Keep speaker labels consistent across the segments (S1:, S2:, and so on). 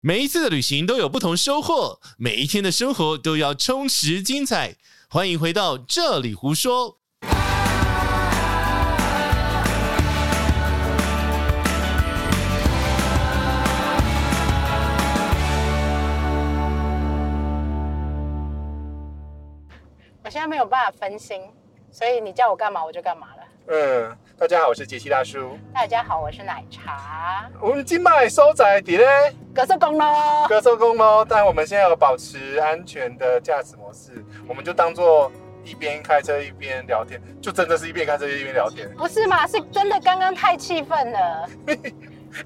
S1: 每一次的旅行都有不同收获，每一天的生活都要充实精彩。欢迎回到这里胡说。
S2: 我现在没有办法分心，所以你叫我干嘛我就干嘛了。
S3: 嗯，大家好，我是杰西大叔。
S2: 大家好，我是奶茶，
S3: 我们今麦收在伫咧
S2: 格色工喽。
S3: 歌手公猫，但我们现在要保持安全的驾驶模式，我们就当做一边开车一边聊天，就真的是一边开车一边聊天。
S2: 不是嘛？是真的，刚刚太气愤了。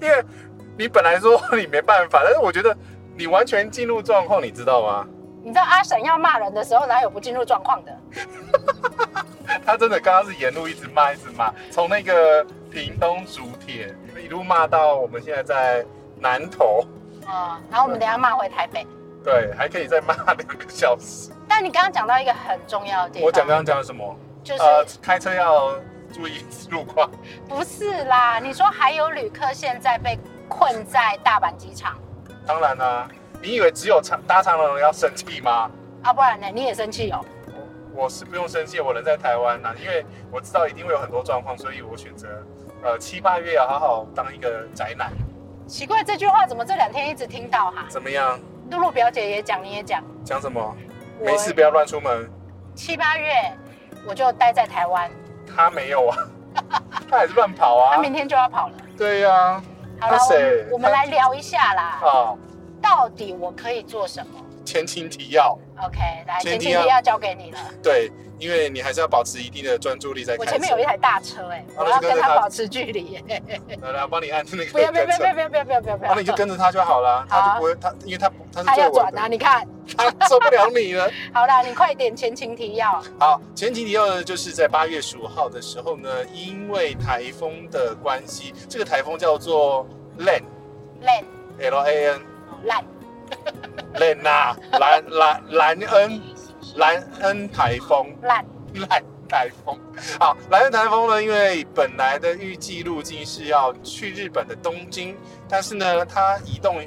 S3: 因为你本来说你没办法，但是我觉得你完全进入状况，你知道吗？
S2: 你知道阿婶要骂人的时候，哪有不进入状况的？
S3: 他真的刚刚是沿路一直骂，一直骂，从那个屏东竹铁一路骂到我们现在在南投，
S2: 啊、然后我们等一下骂回台北。
S3: 对，还可以再骂两个小时。
S2: 但你刚刚讲到一个很重要的地方，
S3: 我讲刚刚讲了什么？
S2: 就是、
S3: 呃，开车要注意路况。
S2: 不是啦？你说还有旅客现在被困在大阪机场
S3: 当然啦、你以为只有长搭长龙要生气吗？
S2: 啊？不然呢？你也生气哦？
S3: 我我是不用生气，我人在台湾呐、因为我知道一定会有很多状况，所以我选择呃七八月要好好当一个宅男，
S2: 奇怪，这句话怎么这两天一直听到哈？
S3: 怎么样？
S2: 露露表姐也讲，你也讲。
S3: 讲什么？
S2: 我
S3: 没事，不要乱出门。
S2: 七八月我就待在台湾，
S3: 他没有啊， 他还是乱跑
S2: 他
S3: 啊。
S2: 明天就要跑了。
S3: 对呀、啊，
S2: 好了
S3: 那，谁
S2: 我我们来聊一下啦，
S3: 好，
S2: 到底我可以做什么
S3: 前情提要，
S2: ？OK，来，前
S3: 前
S2: 期
S3: 提啊
S2: 要交给 你了。
S3: 对，因为你还是要保持一定的专注力在
S2: 我
S3: 开车。
S2: 前面有一台大车，哎，
S3: 好
S2: 我
S3: 那
S2: 要
S3: 就跟
S2: 跟
S3: 着
S2: 他
S3: 他
S2: 保持距离 耶。
S3: 来来，我帮你按那个
S2: 不要不要
S3: 跟
S2: 不要
S3: 着
S2: 不要不要不要不要不
S3: 然后你就
S2: 要！
S3: 跟 着他就好了，
S2: 好
S3: 他
S2: 啊
S3: 就不会他，因为他不他是
S2: 他
S3: 最
S2: 要
S3: 稳
S2: 转啊，
S3: 的，
S2: 你看，
S3: 他受不了你了。
S2: 好啦，你快点前情提要。
S3: 好，前提提要呢，就是在八月十五号的时候呢，因为台风的关系，这个台风叫做 Lan
S2: 烂
S3: L A N
S2: 烂，
S3: Lan 呐、啊，兰兰兰恩兰恩台风
S2: 烂，
S3: 烂台风。好，蓝恩台风呢，因为本来的预计路径是要去日本的东京，但是呢，它移动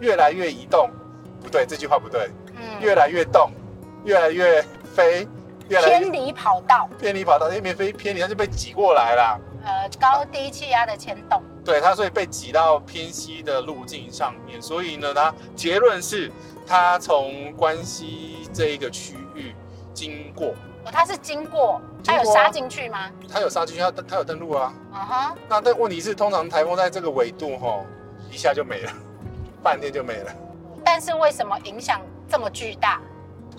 S3: 越来越移动，不对，这句话不对，
S2: 嗯，
S3: 越来越动，越来越飞，越来越
S2: 偏离跑道，
S3: 偏离跑道，因为没飞偏离，它就被挤过来啦。
S2: 呃，高低气压的牵动，
S3: 对，它所以被挤到偏西的路径上面，所以呢，它结论是它从关西这一个区域经过，
S2: 哦，它是经过，它
S3: 经
S2: 有
S3: 过啊
S2: 杀进去吗？
S3: 它有杀进去，它它有登陆啊。
S2: 嗯哼，
S3: 那但问题是，通常台风在这个纬度吼、一下就没了，半天就没了。
S2: 但是为什么影响这么巨大？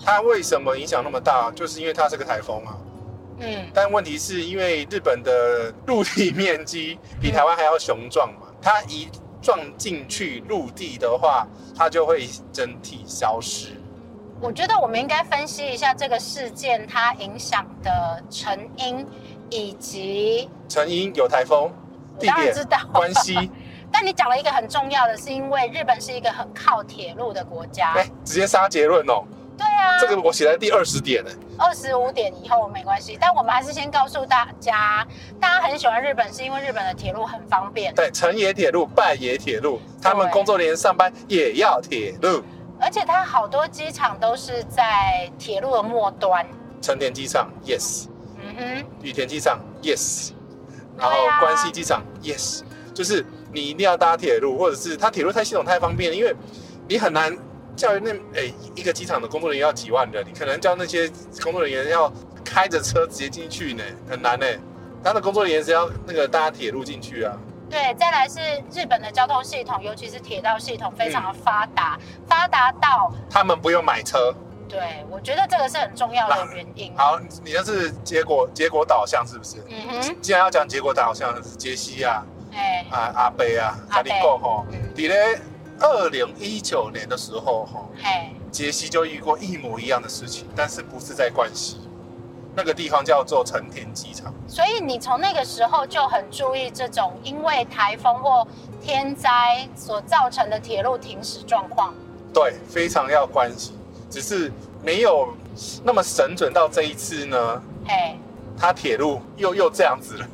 S3: 它为什么影响那么大？就是因为它是个台风啊。
S2: 嗯，
S3: 但问题是因为日本的陆地面积比台湾还要雄壮 嘛，它一撞进去陆地的话，它就会整体消失。
S2: 我觉得我们应该分析一下这个事件它影响的成因，以及
S3: 成因有台风、
S2: 我
S3: 地
S2: 当然
S3: 点
S2: 知道
S3: 关。系，
S2: 但你讲了一个很重要的，是因为日本是一个很靠铁路的国家。
S3: 哎、直接杀结论哦。
S2: 对啊，
S3: 这个我写在第二十点呢、
S2: 二十五点以后没关系，但我们还是先告诉大家，大家很喜欢日本，是因为日本的铁路很方便，
S3: 对，成也铁路，败也铁路，他们
S2: 对
S3: 工作连上班也要铁路。
S2: 而且它好多机场都是在铁路的末端。
S3: 成田机场，yes；
S2: 嗯哼，
S3: 羽田机场，yes；
S2: 对
S3: 然
S2: 啊
S3: 后关西机场，yes。就是你一定要搭铁路，或者是它铁路太系统太方便了，因为你很难叫那诶、一个机场的工作人员要几万人，你可能叫那些工作人员要开着车直接进去呢，很难呢。他的工作人员是要那个搭铁路进去啊，
S2: 对，再来是日本的交通系统，尤其是铁道系统非
S3: 嗯
S2: 常的发达，发达到
S3: 他们不用买车。
S2: 对，我觉得这个是很重要的原因。
S3: 啊
S2: 啊
S3: 好，你这是结果结果导向是不是？
S2: 嗯哼，
S3: 既然要讲结果导向，是杰西啊，
S2: 哎、
S3: 啊阿贝啊，
S2: 阿
S3: 跟
S2: 伯
S3: 你讲吼
S2: 嗯，
S3: 你咧二零一九年的时候吼，
S2: 哎，
S3: 杰西就遇过一模一样的事情，但是不是在关西，那个地方叫做成田机场。
S2: 所以你从那个时候就很注意这种因为台风或天灾所造成的铁路停驶状况。
S3: 对，非常要关系，只是没有那么神准到这一次呢，
S2: 哎，
S3: 它铁路又又这样子了，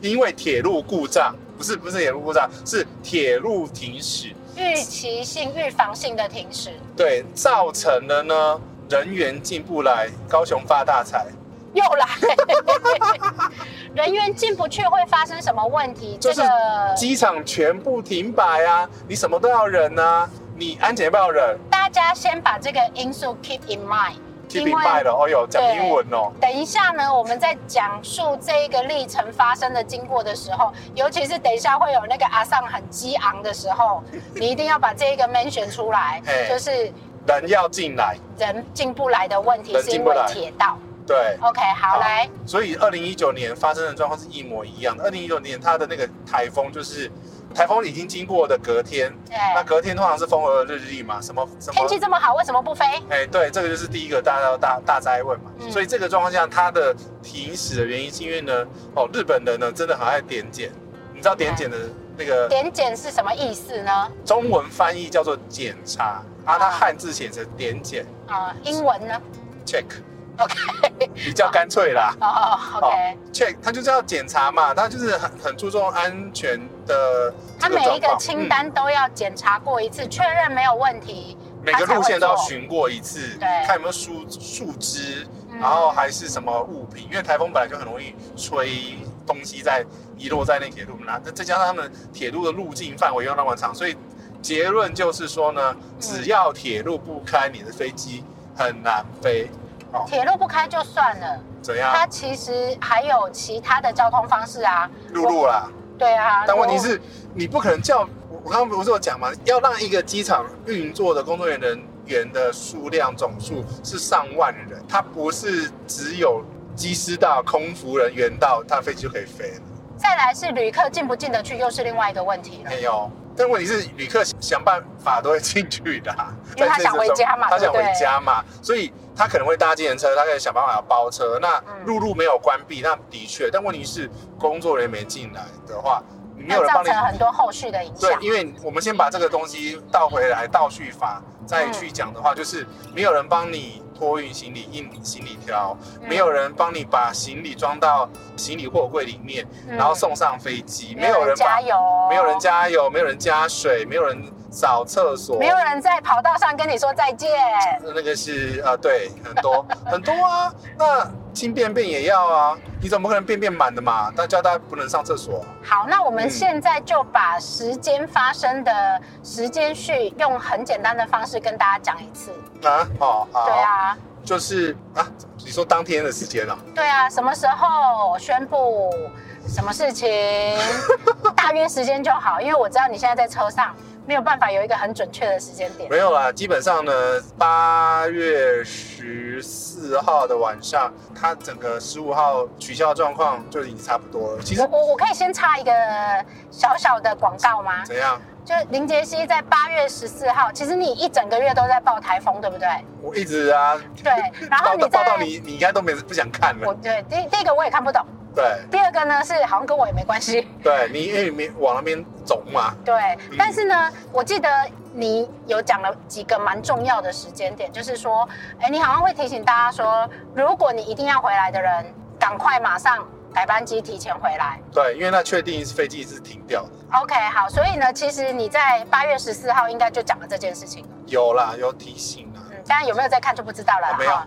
S3: 因为铁路故障，不是不是铁路故障，是铁路停驶，
S2: 预期性、预防性的停驶，
S3: 对，造成了呢人员进不来，高雄发大财。
S2: 又来， 人员进不去会发生什么问题？
S3: 就
S2: 这
S3: 是
S2: 个
S3: 机场全部停摆啊，你什么都要忍啊，你安检也不要忍，
S2: 大家先把这个因素 keep in mind。
S3: 去
S2: 因
S3: 明
S2: 为
S3: 白了。哦哟，讲
S2: 对
S3: 英文哦，
S2: 等一下呢，我们在讲述这一个历程发生的经过的时候，尤其是等一下会有那个阿尚很激昂的时 候，你一定要把这一个 mention 出来
S3: 嘿，
S2: 就是
S3: 人要进来，
S2: 人进不来的问题
S3: 人
S2: 是
S3: 进
S2: 因
S3: 不
S2: 为
S3: 来
S2: 铁道。
S3: 对。
S2: OK，好，
S3: 好
S2: 来，
S3: 所以二零一九年发生的状况是一模一样的。二零一九年它的那个台风就是台风已经经过的隔天，
S2: 对，
S3: 那隔天通常是风和日丽嘛，什么什
S2: 哎天
S3: 么
S2: 气这么好，为什么不飞？
S3: 哎，对，这个就是第一个大大大大灾问嘛。
S2: 嗯
S3: 所以这个状况下，它的停驶的原因是因为呢，哦，日本人呢真的很爱点检，你知道点检的那个
S2: 点检是什么意思呢？
S3: 中文翻译叫做检查，啊，它汉字写成点检
S2: 啊、英文呢
S3: check，
S2: ？OK，
S3: 比较干脆啦。
S2: 哦，OK，
S3: check，它就是要检查嘛，它就是很很注重安全的
S2: 他
S3: 这个
S2: 每一
S3: 状
S2: 个
S3: 况。嗯
S2: 清单都要检查过一次，确认没有问题。
S3: 嗯每个路线都要巡过一次，
S2: 对
S3: 看有没有树树枝，
S2: 嗯
S3: 然后还是什么物品，因为台风本来就很容易吹东西在遗落在那铁路啦，那再加上他们铁路的路径范围又那么长，所以结论就是说呢，只要铁路不开，你的飞机很难飞。哦，
S2: 铁路不开就算了，
S3: 怎样？
S2: 它其实还有其他的交通方式啊。
S3: 陆路啦。
S2: 对啊，
S3: 但问题
S2: 如
S3: 是，你不可能叫我我刚刚不是有讲嘛，要让一个机场运作的工作人员员的数量总数是上万人，它不是只有机师到、空服人员到，它飞机就可以飞了。
S2: 再来是旅客进不进得去，又是另外一个问题了。
S3: 没有，但问题是旅客想办法都会进去的啊、
S2: 因为他想回家嘛
S3: 在这之
S2: 对
S3: 中他
S2: 不对
S3: 想回家嘛，所以他可能会搭计程车，他可以想办法包车。那
S2: 嗯
S3: 陆路没有关闭，那的确，但问题是工作人员没进来的话，你没
S2: 那
S3: 有人
S2: 造
S3: 帮你
S2: 成很多后续的影响
S3: 对，。因为我们先把这个东西倒回来，倒叙法再去讲
S2: 嗯
S3: 的话，就是没有人帮你托运行李、印行李条，
S2: 嗯
S3: 没有人帮你把行李装到行李货柜里面，
S2: 嗯
S3: 然后送上飞机，
S2: 没
S3: 没
S2: 有
S3: 有
S2: 人
S3: 人
S2: 加
S3: 把，
S2: 油，
S3: 没有人，加油，没有人加水，没有人扫厕所，
S2: 没有人在跑道上跟你说再见。
S3: 那个是啊，对，很多 很多啊，那清便便也要啊，你怎么可能便便满的嘛？但叫大家不能上厕所啊、
S2: 好，那我们
S3: 嗯
S2: 现在就把时间发生的时间序用很简单的方式跟大家讲一次。
S3: 啊，哦，好，
S2: 对啊，
S3: 就是啊，你说当天的时间啊。
S2: 对啊，什么时候宣布什么事情，大约时间就好，因为我知道你现在在车上，没有办法有一个很准确的时间点。
S3: 没有啦，基本上呢，八月十四号的晚上，它整个十五号取消的状况就已经差不多了。其实
S2: 我我我可以先插一个小小的广告吗？
S3: 怎样，
S2: 就是林杰西在八月十四号，其实你一整个月都在报台风，对不对？
S3: 我一直啊，
S2: 对，然后
S3: 报
S2: 你
S3: 道
S2: 在
S3: 报道你，你应该都没不想看
S2: 我
S3: 了。
S2: 对第第一个我也看不懂，
S3: 对
S2: 第二个呢是好像跟我也没关系，
S3: 对，你因为你没往那边走嘛，
S2: 对，但是呢，我记得你有讲了几个蛮重要的时间点，就是说，哎，你好像会提醒大家说，如果你一定要回来的人，赶快马上改班机，提前回来。
S3: 对，因为那确定是飞机是停掉的。
S2: OK，好，所以呢，其实你在八月十四号应该就讲了这件事情了，
S3: 有啦，有提醒啦。
S2: 嗯，当然有没有在看就不知道了啦。
S3: 啊、没有、
S2: 哈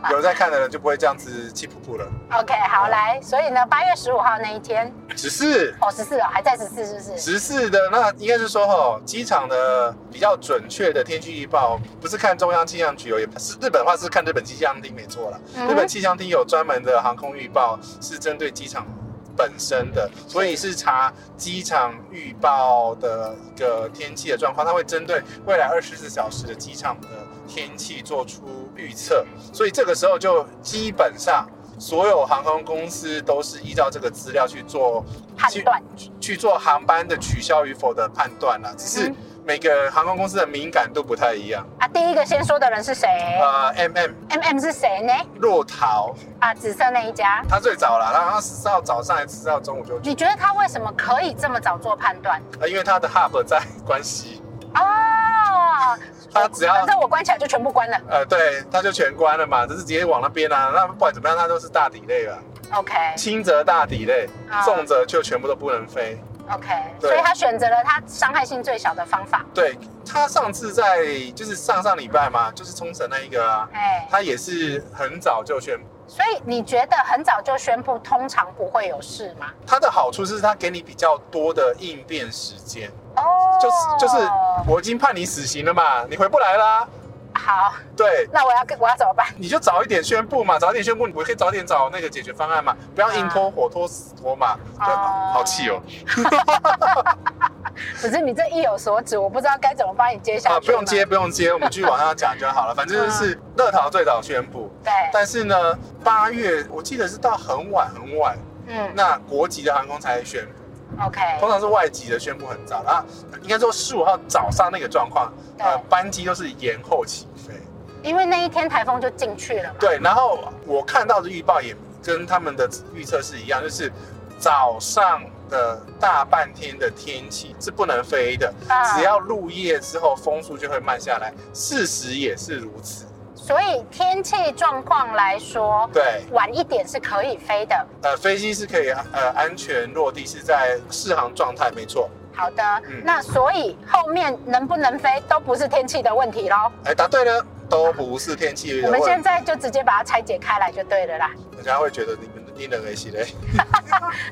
S3: 啊，有在看的人就不会这样子气噗噗了。
S2: OK，好，来，所以呢，八月十五号那一天，
S3: 只是
S2: 哦，十四哦，还在十四，是不是？
S3: 十四的那应该是说哈，机场的比较准确的天气预报，不是看中央气象局哦，也不是日本的话是看日本气象厅没错啦。
S2: 嗯
S3: 日本气象厅有专门的航空预报，是针对机场本身的，所以是查机场预报的一个天气的状况，它会针对未来二十四小时的机场的天气做出预测，所以这个时候就基本上。所有航空公司都是依照这个资料去做
S2: 判
S3: 去
S2: 断
S3: 去做航班的取消与否的判断啦，只是
S2: 嗯
S3: 每个航空公司的敏感度不太一样。
S2: 啊，第一个先说的人是谁
S3: 呃，M M
S2: ？M M 是谁呢？
S3: 若桃，
S2: 啊，紫色那一家。
S3: 他最早啦，然后十四号早上还是十四号中午就去，
S2: 你觉得他为什么可以这么早做判断？
S3: 呃，因为他的 hub 在关西，
S2: 哦，
S3: 他只要
S2: 反正我关起来就全部关了。
S3: 呃，对，他就全关了嘛，就是直接往那边啊，那不管怎么样，他都是大底类了，
S2: OK
S3: 轻则大底类
S2: 啊，
S3: 重则就全部都不能飞。
S2: OK，
S3: 对
S2: 所以他选择了他伤害性最小的方法。
S3: 对他上次在就是上上礼拜嘛，就是冲绳那一个啊，
S2: 哎，
S3: 他也是很早就宣布。
S2: 所以你觉得很早就宣布，通常不会有事吗？
S3: 它的好处是它给你比较多的应变时间，
S2: 哦，
S3: 就是就是我已经判你死刑了嘛，你回不来啦。
S2: 好，
S3: 对，
S2: 那我要跟我要怎么办？
S3: 你就早一点宣布嘛，早一点宣布，你不可以早点找那个解决方案嘛，不要硬拖火拖死拖嘛。对，
S2: 哦
S3: 好气哦！
S2: 可是你这意有所指，我不知道该怎么帮你接下去、
S3: 啊，不用接，，不用接，我们继续往下讲就好了。反正就是乐桃最早宣布，
S2: 对，
S3: 但是呢，八月我记得是到很晚很晚，
S2: 嗯
S3: 那国籍的航空才宣布。
S2: ，OK，
S3: 通常是外籍的宣布很早啊，应该说十五号早上那个状况，
S2: 对嗯
S3: 呃，班机都是延后起飞。
S2: 因为那一天台风就进去了嘛。
S3: 对，然后我看到的预报也跟他们的预测是一样，就是早上的大半天的天气是不能飞的，
S2: 啊
S3: 只要入夜之后风速就会慢下来，事实也是如此。
S2: 所以天气状况来说，
S3: 对，
S2: 晚一点是可以飞的。
S3: 呃，飞机是可以呃安全落地，是在适航状态，没错。
S2: 好的，
S3: 嗯
S2: 那所以后面能不能飞都不是天气的问题喽。
S3: 哎，答对了，都不是天气
S2: 我
S3: 的
S2: 们
S3: 问
S2: 现
S3: 题，
S2: 在就直接把它拆解开来就对了啦。
S3: 人家会觉得你们因人而异嘞。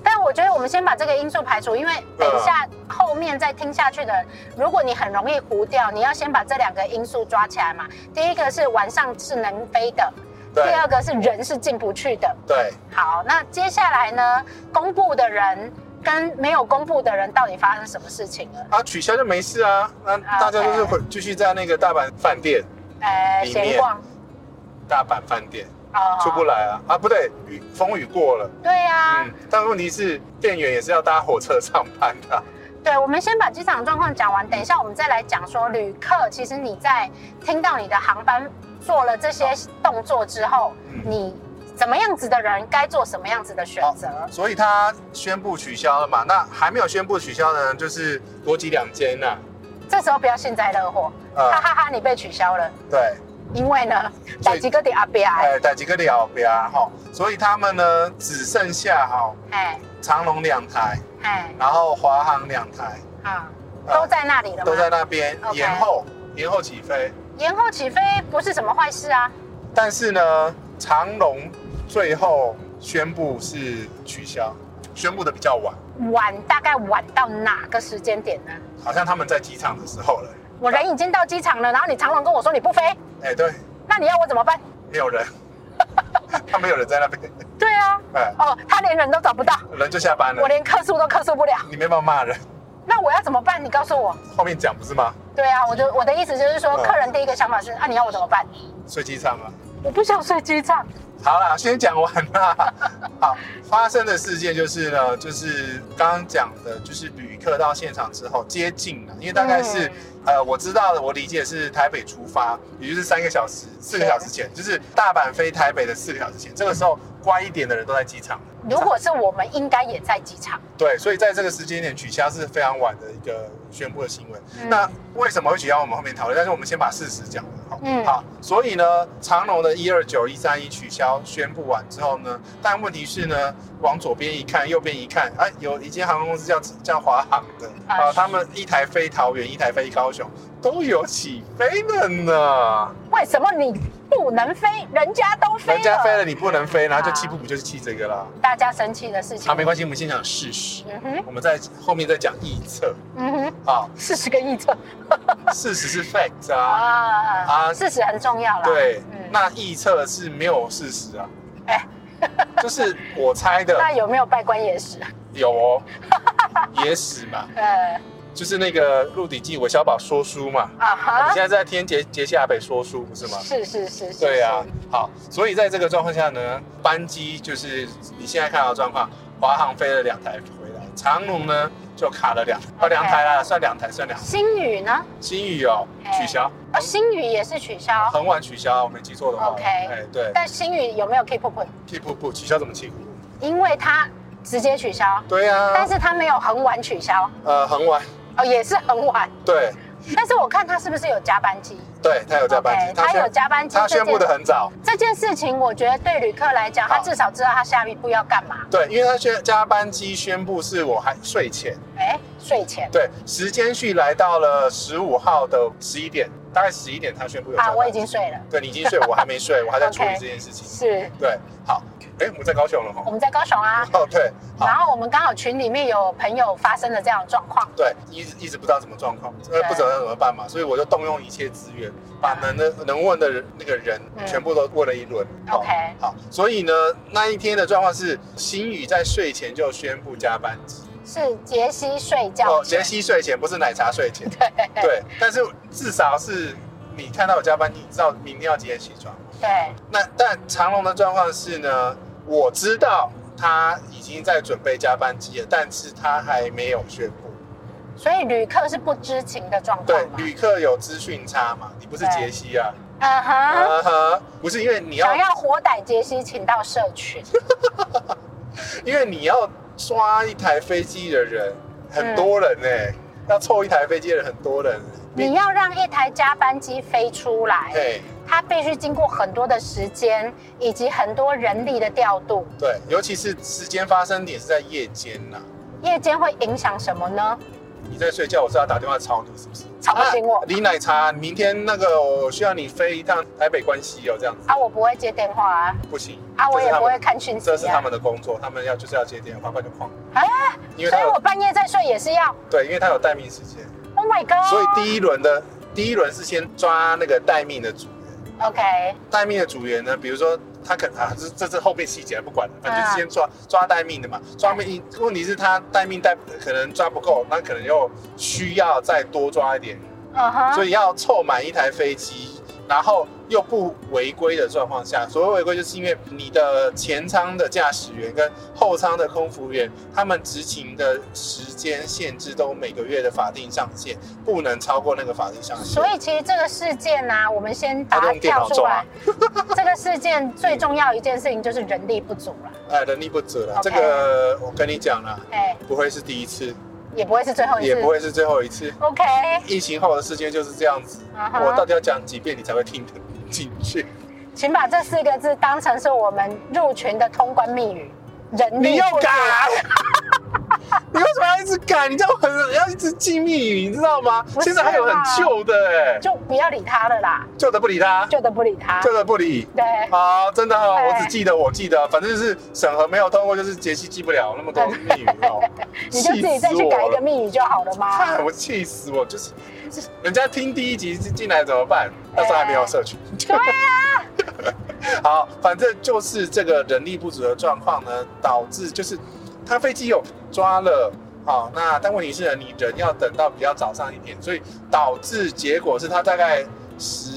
S2: 但我觉得我们先把这个因素排除，因
S3: 嗯
S2: 为等一下后面再听下去的人，如果你很容易糊掉，你要先把这两个因素抓起来嘛。第一个是晚上是能飞的，第
S3: 对
S2: 二个是人是进不去的。
S3: 对，
S2: 好，那接下来呢，公布的人跟没有公布的人到底发生什么事情了？
S3: 啊，取消就没事啊，那大家就是回继续在那个大阪饭店，
S2: 呃，
S3: 里面
S2: 闲逛
S3: 大阪饭店
S2: 哦
S3: 出不来啊，啊不对，雨风雨过了，
S2: 对啊呀、
S3: 嗯，但问题是店员也是要搭火车上班的啊，
S2: 对，我们先把机场状况讲完，等一下我们再来讲说旅客。其实你在听到你的航班做了这些动作之后，
S3: 嗯
S2: 你怎么样子的人该做什么样子的选择？
S3: 所以他宣布取消了嘛，那还没有宣布取消呢，就是国籍两间啊呐，
S2: 这时候不要幸灾乐祸，
S3: 呃
S2: 哈哈哈，你被取消了，
S3: 对，
S2: 因为呢，打
S3: 所以
S2: 几个点阿伯哎，
S3: 哎，打几个了不呀哈，所以他们呢只剩下哈
S2: 哎
S3: 长龙两台，
S2: 哎
S3: 然后华航两台
S2: 啊，
S3: 呃
S2: 都在那里了吗？
S3: 都在那边
S2: OK
S3: 延后延后起飞。
S2: 延后起飞不是什么坏事啊。
S3: 但是呢，长龙最后宣布是取消，宣布的比较晚，
S2: 晚大概晚到哪个时间点呢？
S3: 好像他们在机场的时候了。
S2: 我人已经到机场了，然后你长龙跟我说你不飞，
S3: 哎、对，
S2: 那你要我怎么办？
S3: 没有人， 他们有人在那边，
S2: 对啊，
S3: 哎、
S2: 哦，他连人都找不到，
S3: 人就下班
S2: 我
S3: 了，
S2: 连客诉都客诉不了，
S3: 你没办法骂人，
S2: 那我要怎么办？你告诉我。
S3: 后面讲不是吗？
S2: 对啊，我就我的意思就是说，
S3: 嗯
S2: 客人第一个想法是啊，你要我怎么办？
S3: 睡机场啊。
S2: 我不想睡机场。
S3: 好啦，先讲完啦。 好，发生的事件就是呢，就是刚刚讲的，就是旅客到现场之后接近了，因为大概是、
S2: 嗯
S3: 呃，我知道的，我理解是台北出发，也就是三个小时、四个小时前，就是大阪飞台北的四个小时前，这个时候乖一点的人都在机场了。
S2: 如果是我们，应该也在机场。
S3: 对，所以在这个时间点取消是非常晚的一个宣布的新闻。
S2: 嗯
S3: 那为什么会取消？我们后面讨论，但是我们先把事实讲了。好，
S2: 嗯
S3: 好。所以呢，长隆的一二九、一三一取消宣布完之后呢，但问题是呢，往左边一看，右边一看，哎、有一间航空公司叫叫华航的，
S2: 啊
S3: 啊，他们一台飞桃园，一台飞高雄，都有起飞了呢。
S2: 为什么你不能飞？人家都飞了，
S3: 人家飞了，你不能飞，
S2: 啊
S3: 然后就气不不就是气这个啦。
S2: 大家生气的事情。
S3: 好，啊没关系，我们先讲事实，
S2: 嗯哼，
S3: 我们在后面再讲臆测。
S2: 嗯哼，
S3: 好，
S2: 事实跟臆测
S3: 事实是 fact 啊。
S2: 啊，
S3: 啊
S2: 事实很重要啦。
S3: 对，
S2: 嗯
S3: 那臆测是没有事实啊，
S2: 哎
S3: 就是我猜的
S2: 那有没有拜官野史？
S3: 有哦， 野史嘛，
S2: 呃，
S3: 就是那个《鹿鼎记》韦小宝说书嘛，
S2: 啊
S3: 我们
S2: 哈
S3: 现，在在天杰杰西亚北说书不是吗？
S2: 是是是是，
S3: 对啊
S2: 是，
S3: 好，所以在这个状况下呢，班机就是你现在看到的状况，华航飞了两台回来，长龙呢就卡了两啊两台啦，算两台算两台，
S2: 星宇呢？
S3: 新宇哦取消，
S2: 啊，星宇也是取消，
S3: 很晚取消，我没记错的话，
S2: OK
S3: 哎对
S2: 但星宇有没有 keep up？
S3: 气不不取消怎么气？
S2: 因为他直接取消，
S3: 对啊，
S2: 但是他没有很晚取消，
S3: 呃很晚。
S2: 哦，也是很晚。
S3: 对，
S2: 但是我看他是不是有加班机
S3: 对他有加班
S2: ？OK，
S3: 机，
S2: 他有
S3: 宣
S2: 加班机
S3: 他
S2: 这
S3: 宣布的
S2: 件
S3: 很早，
S2: 这件事情，我觉得对旅客来讲，他
S3: 好
S2: 至少知道他下一步要干嘛。
S3: 对，因为他宣加班机宣布是我还睡前，
S2: 哎，睡前
S3: 对，时间序来到了十五号的十一点，大概十一点他宣布有加
S2: 啊，
S3: 班
S2: 我已经睡了。
S3: 对你已经睡，我还没睡，我还在处理
S2: OK
S3: 这件事情。
S2: 是
S3: 对，好，哎，我们在高雄了
S2: 我
S3: 哈。
S2: 们在高雄啊，
S3: 哦，对，
S2: 然
S3: 好，
S2: 后我们刚好群里面有朋友发生了这样的状况，
S3: 对，一直一直不知道什么状况，呃
S2: 对，
S3: 不知道怎么办嘛，所以我就动用一切资源，把能的能问的人那个人
S2: 嗯
S3: 全部都问了一轮。好
S2: OK
S3: 好，所以呢，那一天的状况是，新宇在睡前就宣布加班机。
S2: 是杰西睡觉
S3: 哦，
S2: 前，
S3: 杰西睡前不是奶茶睡前。对但是至少是你看到我加班，你知道明天要几点起床。
S2: 对
S3: 那但长隆的状况是呢，我知道他已经在准备加班机了，但是他还没有宣布。
S2: 所以旅客是不知情的状
S3: 对
S2: 况，嘛？
S3: 旅客有资讯差嘛？你不是杰西啊？
S2: 嗯哼，
S3: 嗯哼，不是因为你要
S2: 想，要活逮杰西，请到社 群，
S3: 因为你要抓一台飞机的人
S2: 嗯
S3: 很多人呢、要凑一台飞机的人很多人。
S2: 你要让一台加班机飞出来，
S3: 嘿，
S2: 它必须经过很多的时间以及很多人力的调度，
S3: 对，尤其是时间发生点是在夜间呐、
S2: 夜间会影响什么呢？
S3: 你在睡觉，我是要打电话吵你，是不是？
S2: 吵不醒我
S3: 啊李奶茶，明天那个我需要你飞一趟台北关西哦，这样子
S2: 啊，我不会接电话啊，
S3: 不行。
S2: 啊，我
S3: 这是
S2: 也
S3: 他
S2: 不
S3: 们
S2: 会看讯息
S3: 这是他
S2: 啊，
S3: 们的工作，他们要就是要接电话，不然就旷。
S2: 啊，
S3: 因为
S2: 所
S3: 他
S2: 以我
S3: 有
S2: 半夜在睡也是要
S3: 对，因为他有待命时间，
S2: ，Oh my god，
S3: 所以第一轮的第一轮是先抓那个待命的组员。
S2: OK，
S3: 待命的组员呢，比如说他可能啊，这这是后面细节不管了，反
S2: 嗯
S3: 正就是先抓抓待命的嘛。抓命问题是他待命待可能抓不够，那可能又需要再多抓一点
S2: 嗯哼，
S3: 所以要凑满一台飞机，然后又不违规的状况下，所谓违规就是因为你的前舱的驾驶员跟后舱的空服员，他们执勤的时间限制都每个月的法定上限，不能超过那个法定上限。
S2: 所以其实这个事件啊呢、我们先把
S3: 他
S2: 它
S3: 用电脑啊
S2: 跳出来。 这个事件最重要一件事情就是人力不足了，
S3: 哎，人力不足了
S2: OK
S3: 这个我跟你讲了，
S2: 哎，
S3: 不会是第一次，
S2: 也不会是最后一次，
S3: 也不会是最后一次。
S2: OK，
S3: 疫情后的事件就是这样子
S2: 嗯哼
S3: 我到底要讲几遍你才会听得进 去？
S2: 请把这四个字当成是我们入群的通关密语。人
S3: 你
S2: 力
S3: 又
S2: 不足
S3: 敢？ 你为什么要一直改？你这样很要一直记密语，你知道吗？
S2: 不是啊
S3: 现在还有很旧的哎、
S2: 就不要理他了啦，
S3: 旧的不理他，
S2: 旧的不理他。
S3: 旧的不理。
S2: 对，
S3: 好，真的哦，
S2: 哎，
S3: 我只记得我记得，反正就是审核没有通过，就是杰西记不了那么多密语哦
S2: 你就自己再去改一个密语啊就好了嘛。
S3: 看 我气死我！就是，就是人家听第一集进来怎么办？那时候还没有社群。
S2: 对啊，
S3: 好，反正就是这个人力不足的状况呢，导致就是他飞机有抓了，好，那但问题是呢，你人要等到比较早上一点，所以导致结果是他大概十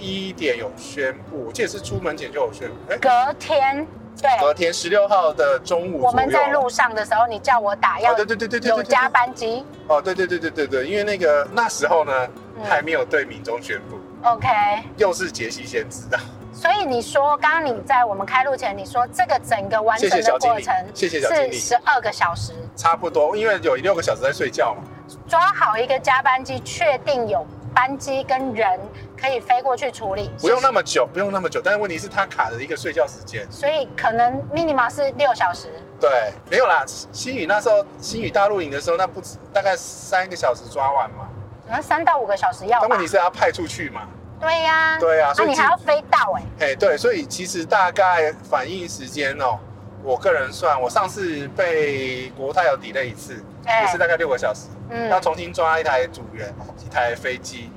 S3: 一点有宣布，我记得是出门前就有宣布，哎、
S2: 隔天，对，
S3: 隔天十六号的中午左右，
S2: 我们在路上的时候，你叫我打要
S3: 哦，对对对对对对，
S2: 有
S3: 对
S2: 加，班机
S3: 哦，对对对对对对，因为那个那时候呢
S2: 嗯
S3: 还没有对民众宣布，
S2: ，OK。
S3: 又是杰西先知道，
S2: 所以你说，刚刚你在我们开录前，你说这个整个完整
S3: 谢
S2: 的
S3: 谢小经
S2: 过
S3: 理
S2: 程
S3: 谢谢小经
S2: 是
S3: 理
S2: 十二个小时，
S3: 差不多，因为有六个小时在睡觉嘛。
S2: 抓好一个加班机，确定有班机跟人可以飞过去处理，
S3: 不用那么久，不用那么久。但是问题是，他卡了一个睡觉时间。
S2: 所以可能 minimum 是六小时，
S3: 对，没有啦。新宇那时候，新宇大陆营的时候，那不止大概三个小时抓完嘛。
S2: 可能三到五个小时要
S3: 但
S2: 吧
S3: 问题？是要派出去嘛？
S2: 对呀、
S3: 对啊
S2: 那、
S3: 所以
S2: 你
S3: 其
S2: 还要飞到哎、
S3: 哎，对，所以其实大概反应时间哦，我个人算，我上次被国泰有 delay 一次，
S2: 哎
S3: 也是大概六个小时，要
S2: 嗯，
S3: 重新抓一台组员，一台飞机，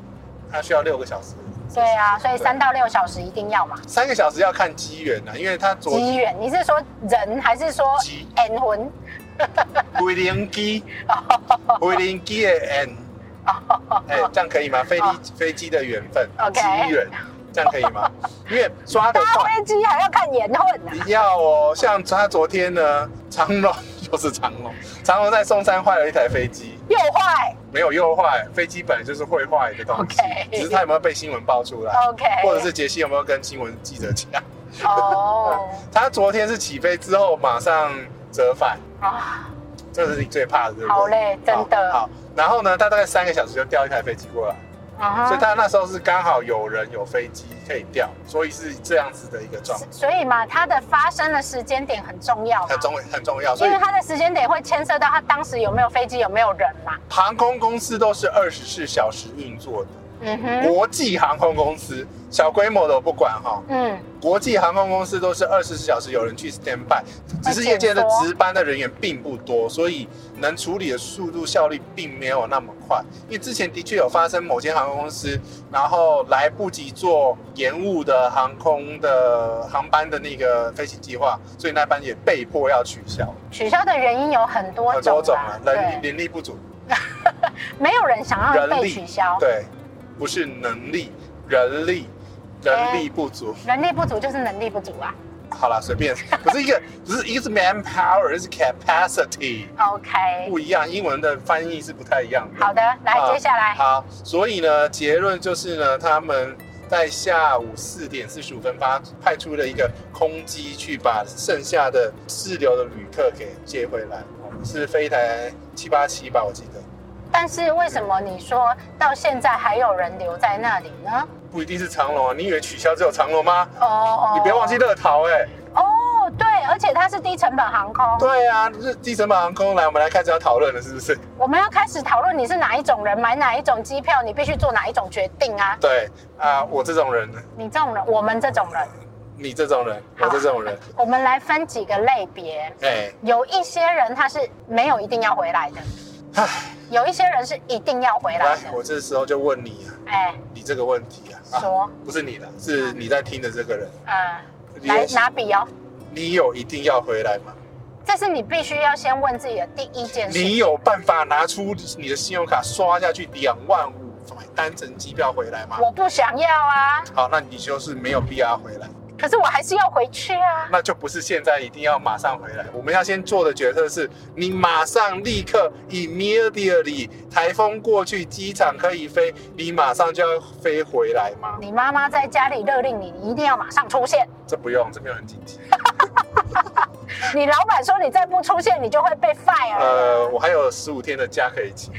S3: 它需要六个小时。
S2: 对啊，所以
S3: 对
S2: 三到六小时一定要嘛。
S3: 三个小时要看机缘啦，因为它昨
S2: 机缘，你是说人还是说
S3: 机
S2: N 魂？
S3: 飞灵机，飞灵机的 N，哎，这样可以吗？飞
S2: 哦
S3: 机飞机的缘分，
S2: OK
S3: 机缘，这样可以吗？因为抓得
S2: 搭
S3: 快，
S2: 飞机还要看缘分啊？
S3: 你要哦。像他昨天呢，长龙就是长龙，长龙在松山坏了一台飞机，
S2: 又坏
S3: 没有又坏，飞机本来就是会坏的东西
S2: OK，
S3: 只是他有没有被新闻爆出来，
S2: ，OK，
S3: 或者是杰西有没有跟新闻记者讲？
S2: 哦
S3: 他昨天是起飞之后马上折返，
S2: 啊，
S3: 这是你最怕的，对不对？
S2: 好嘞，真的
S3: 好，好然后呢，他大概三个小时就调一台飞机过来，
S2: 嗯哼
S3: 所以他那时候是刚好有人有飞机可以调，所以是这样子的一个状况，
S2: 所以嘛，它的发生的时间点很重要嘛，
S3: 很重很重要。所
S2: 因
S3: 以
S2: 为它的时间点会牵涉到它当时有没有飞机，有没有人嘛。
S3: 航空公司都是二十四小时运作的，
S2: 嗯哼，
S3: 国际航空公司小规模的我不管哈、
S2: 嗯，
S3: 国际航空公司都是二十四小时有人去 stand by，只是夜间的值班的人员并不多，所以能处理的速度效率并没有那么快。因为之前的确有发生某间航空公司，然后来不及做延误的航空的航班的那个飞行计划，所以那班也被迫要取消，
S2: 取消的原因有很多
S3: 很
S2: 种
S3: 多
S2: 啊，
S3: 种啊，人
S2: 对，
S3: 人力不足，
S2: 没有人想要
S3: 人
S2: 被
S3: 力
S2: 取消，
S3: 对，不是能力，人力，人力不足。
S2: 人力不足就是能力不足啊。
S3: 好啦，随便，不是一个，不是一个是 manpower，一个是 capacity。
S2: OK，
S3: 不一样，英文的翻译是不太一样的。
S2: 好的，来，
S3: 啊
S2: 接下来，
S3: 好，所以呢，结论就是呢，他们在下午四点四十五分发派出了一个空机去把剩下的滞留的旅客给接回来，哦是飞台七八七吧，我记得。
S2: 但是为什么你说到现在还有人留在那里呢？
S3: 不一定是长龙啊，你以为取消只有长龙吗？
S2: 哦哦，
S3: 你不要忘记乐桃哎、
S2: 哦，对，而且它是低成本航空，
S3: 对啊，就是低成本航空来，我们来开始要讨论了，是不是？
S2: 我们要开始讨论你是哪一种人，买哪一种机票，你必须做哪一种决定啊！
S3: 对啊、我这种人呢，
S2: 你这种人，我们这种人，
S3: 你这种人，我这种人，
S2: 我们来分几个类别。
S3: 哎、
S2: 有一些人他是没有一定要回来的，有一些人是一定要回来
S3: 来，
S2: 的。
S3: 我这时候就问你啊，
S2: 哎，
S3: 你这个问题啊，啊
S2: 说，
S3: 不是你的，是你在听的这个人。
S2: 嗯，
S3: 你
S2: 来
S3: 有
S2: 拿笔哦，
S3: 你有一定要回来吗？
S2: 这是你必须要先问自己的第一件
S3: 你
S2: 事。
S3: 有办法拿出你的信用卡刷下去两万五买单程机票回来吗？
S2: 我不想要啊，
S3: 好，那你就是没有必要回来，
S2: 可是我还是要回去啊。
S3: 那就不是现在一定要马上回来。我们要先做的决策是，你马上立刻 immediately 台风过去，机场可以飞，你马上就要飞回来吗？
S2: 你妈妈在家里勒令你，你一定要马上出现。
S3: 这不用，这没有很紧急。
S2: 你老板说你再不出现，你就会被 fire
S3: 呃，
S2: 了。
S3: 我还有十五天的假可以请，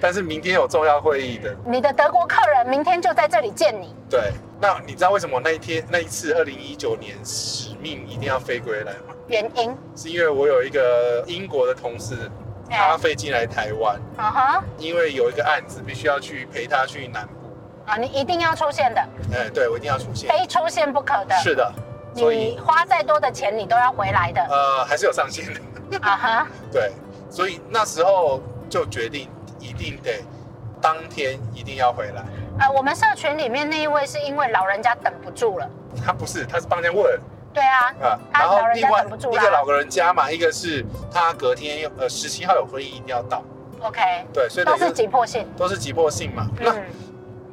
S3: 但是明天有重要会议的。
S2: 你的德国客人明天就在这里见你。
S3: 对，那你知道为什么我那一天那一次二零一九年使命一定要飞回来吗？
S2: 原因，
S3: 是因为我有一个英国的同事，他
S2: 哎，
S3: 飞进来台湾，
S2: 嗯哼，
S3: 因为有一个案子必须要去陪他去南部。
S2: 啊，你一定要出现的，
S3: 哎，对我一定要出现。
S2: 非出现不可的。
S3: 是的，所
S2: 你
S3: 以
S2: 花再多的钱，你都要回来的。
S3: 呃还是有上限的。
S2: 啊哈，
S3: 对，所以那时候就决定一定得当天一定要回来。
S2: 呃，我们社群里面那一位是因为老人家等不住了。
S3: 他不是，他是帮人家问。
S2: 对啊，
S3: 啊，
S2: 他
S3: 然后
S2: 老人
S3: 另
S2: 家
S3: 外
S2: 忍不住
S3: 一
S2: 啦
S3: 个老人家嘛，一个是他隔天有呃十七号有会议一定要到，
S2: ，OK，
S3: 对，所以
S2: 都
S3: 等于
S2: 是急迫性。
S3: 都是急迫性嘛。那
S2: 嗯，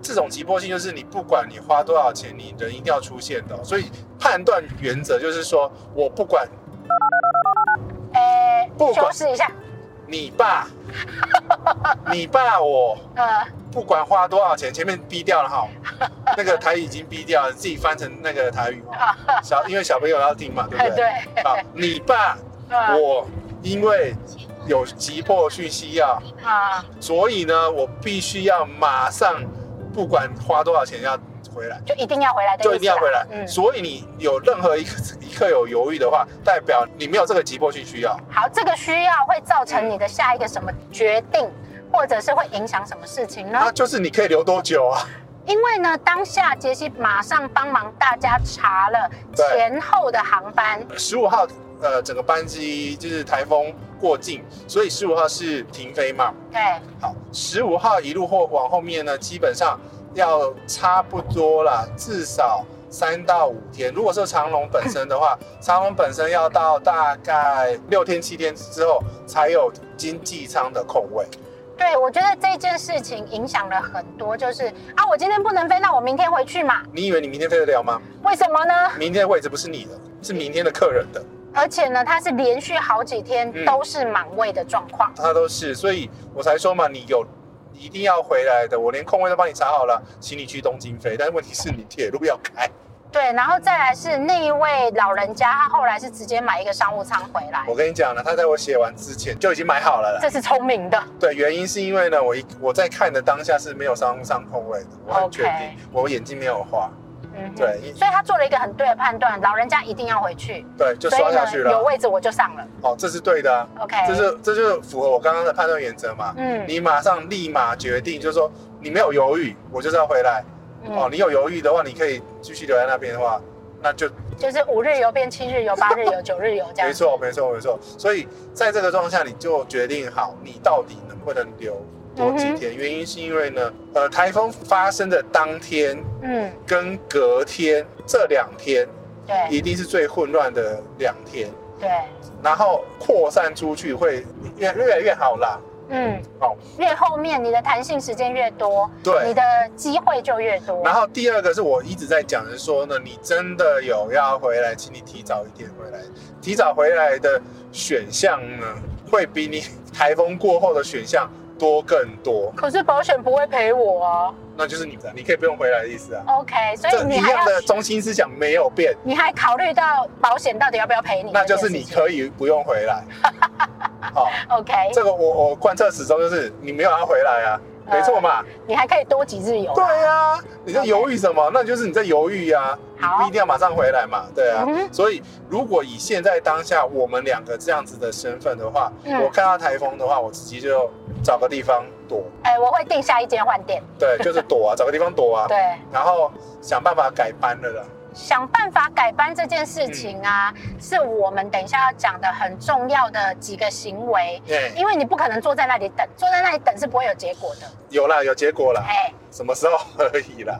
S3: 这种急迫性就是你不管你花多少钱，你人一定要出现的哦、所以判断原则就是说我不管
S2: 哎，
S3: 不管
S2: 修饰一下，
S3: 你 爸，你爸我
S2: 呃，
S3: 不管花多少钱，前面逼掉了哈，那个台语已经逼掉了，自己翻成那个台语哦。 小因为小朋友要听嘛，对
S2: 哎，
S3: 不对？
S2: 对，
S3: 好，你爸
S2: 呃
S3: 我因为有急迫讯息要。
S2: 啊，
S3: 所以呢，我必须要马上，不管花多少钱要回来，
S2: 就一定要回来的意思
S3: 就
S2: 啦。
S3: 一定要回来。
S2: 嗯，
S3: 所以你有任何一刻 一刻有犹豫的话，代表你没有这个急迫啊性需要。
S2: 好，这个需要会造成你的下一个什么决定，或者是会影响什么事情呢
S3: 那？就是你可以留多久啊？
S2: 因为呢，当下杰西马上帮忙大家查了
S3: 对
S2: 前后的航班，
S3: 十五号，呃，整个班机就是台风过境，所以十五号是停飞嘛。
S2: 对，
S3: 好，十五号一路后往后面呢，基本上要差不多啦，至少三到五天。如果是长龙本身的话，长龙本身要到大概六天七天之后才有经济舱的空位。
S2: 对，我觉得这件事情影响了很多，就是啊，我今天不能飞，那我明天回去嘛？
S3: 你以为你明天飞得了吗？
S2: 为什么呢？
S3: 明天的位置不是你的，是明天的客人的，
S2: 而且呢，它是连续好几天
S3: 嗯
S2: 都是满位的状况。
S3: 他都是，所以我才说嘛，你有。一定要回来的，我连空位都帮你查好了，请你去东京飞。但是问题是你铁路要开，
S2: 对，然后再来是那一位老人家，他后来是直接买一个商务舱回来
S3: 我，跟你讲了，他在我写完之前就已经买好了啦。
S2: 这是聪明的。
S3: 对，原因是因为呢，我一我在看的当下是没有商务舱空位的，我很
S2: OK
S3: 确定我眼睛没有花。
S2: 嗯哼，
S3: 对，一
S2: 所以他做了一个很对的判断，老人家一定要回去，
S3: 对，就
S2: 所以
S3: 刷
S2: 呢，
S3: 下去
S2: 有
S3: 了。
S2: 位置我就上了。
S3: 哦，这是对的啊，
S2: OK，
S3: 这是这就是符合我刚刚的判断原则嘛。
S2: 嗯
S3: 你马上立马决定，就是说你没有犹豫，我就是要回来。哦，
S2: 嗯，
S3: 你有犹豫的话，你可以继续留在那边的话，那就
S2: 就是五日游变七日游，八日游，九日游这样。
S3: 没错，没错，没错。所以在这个状况下，你就决定好你到底能不能留多
S2: 嗯
S3: 几天。原因是因为呢，呃，台风发生的当天
S2: 嗯，
S3: 跟隔天这两天，
S2: 对
S3: 一定是最混乱的两天，
S2: 对，
S3: 然后扩散出去会越越来越好啦。哦
S2: 嗯，
S3: 好
S2: 越后面你的弹性时间越多，
S3: 对
S2: 你的机会就越多。
S3: 然后第二个是我一直在讲的是说呢，你真的有要回来，请你提早一点回来。提早回来的选项呢，会比你台风过后的选项多更多，
S2: 可是保险不会赔我哦。
S3: 那就是你的，你可以不用回来的意思啊。
S2: OK，所
S3: 这
S2: 以你
S3: 一
S2: 还要
S3: 样的中心思想没有变，
S2: 你还考虑到保险到底要不要赔你这
S3: 那
S2: 件事情？
S3: 就是你可以不用回 来。哦好、
S2: OK，
S3: 这个我我贯彻始终就是你没有要回来啊，没错嘛。
S2: 呃你还可以多几日游。
S3: 对啊，你在犹豫什么？那就是你在犹豫呀、
S2: 好
S3: 你不一定要马上回来嘛，对啊。
S2: 嗯哼
S3: 所以，如果以现在当下我们两个这样子的身份的话，
S2: 嗯
S3: 我看到台风的话，我直接就找个地方躲，
S2: 哎，我会定下一间换店。
S3: 对，就是躲啊，找个地方躲啊，
S2: 对，
S3: 然后想办法改班了啦。
S2: 想办法改班这件事情啊，是我们等一下要讲的很重要的几个行为，
S3: 耶、
S2: 因为你不可能坐在那里等，坐在那里等是不会有结果的。
S3: 有啦，有结果啦，
S2: 哎，
S3: 什么时候 而已 啦？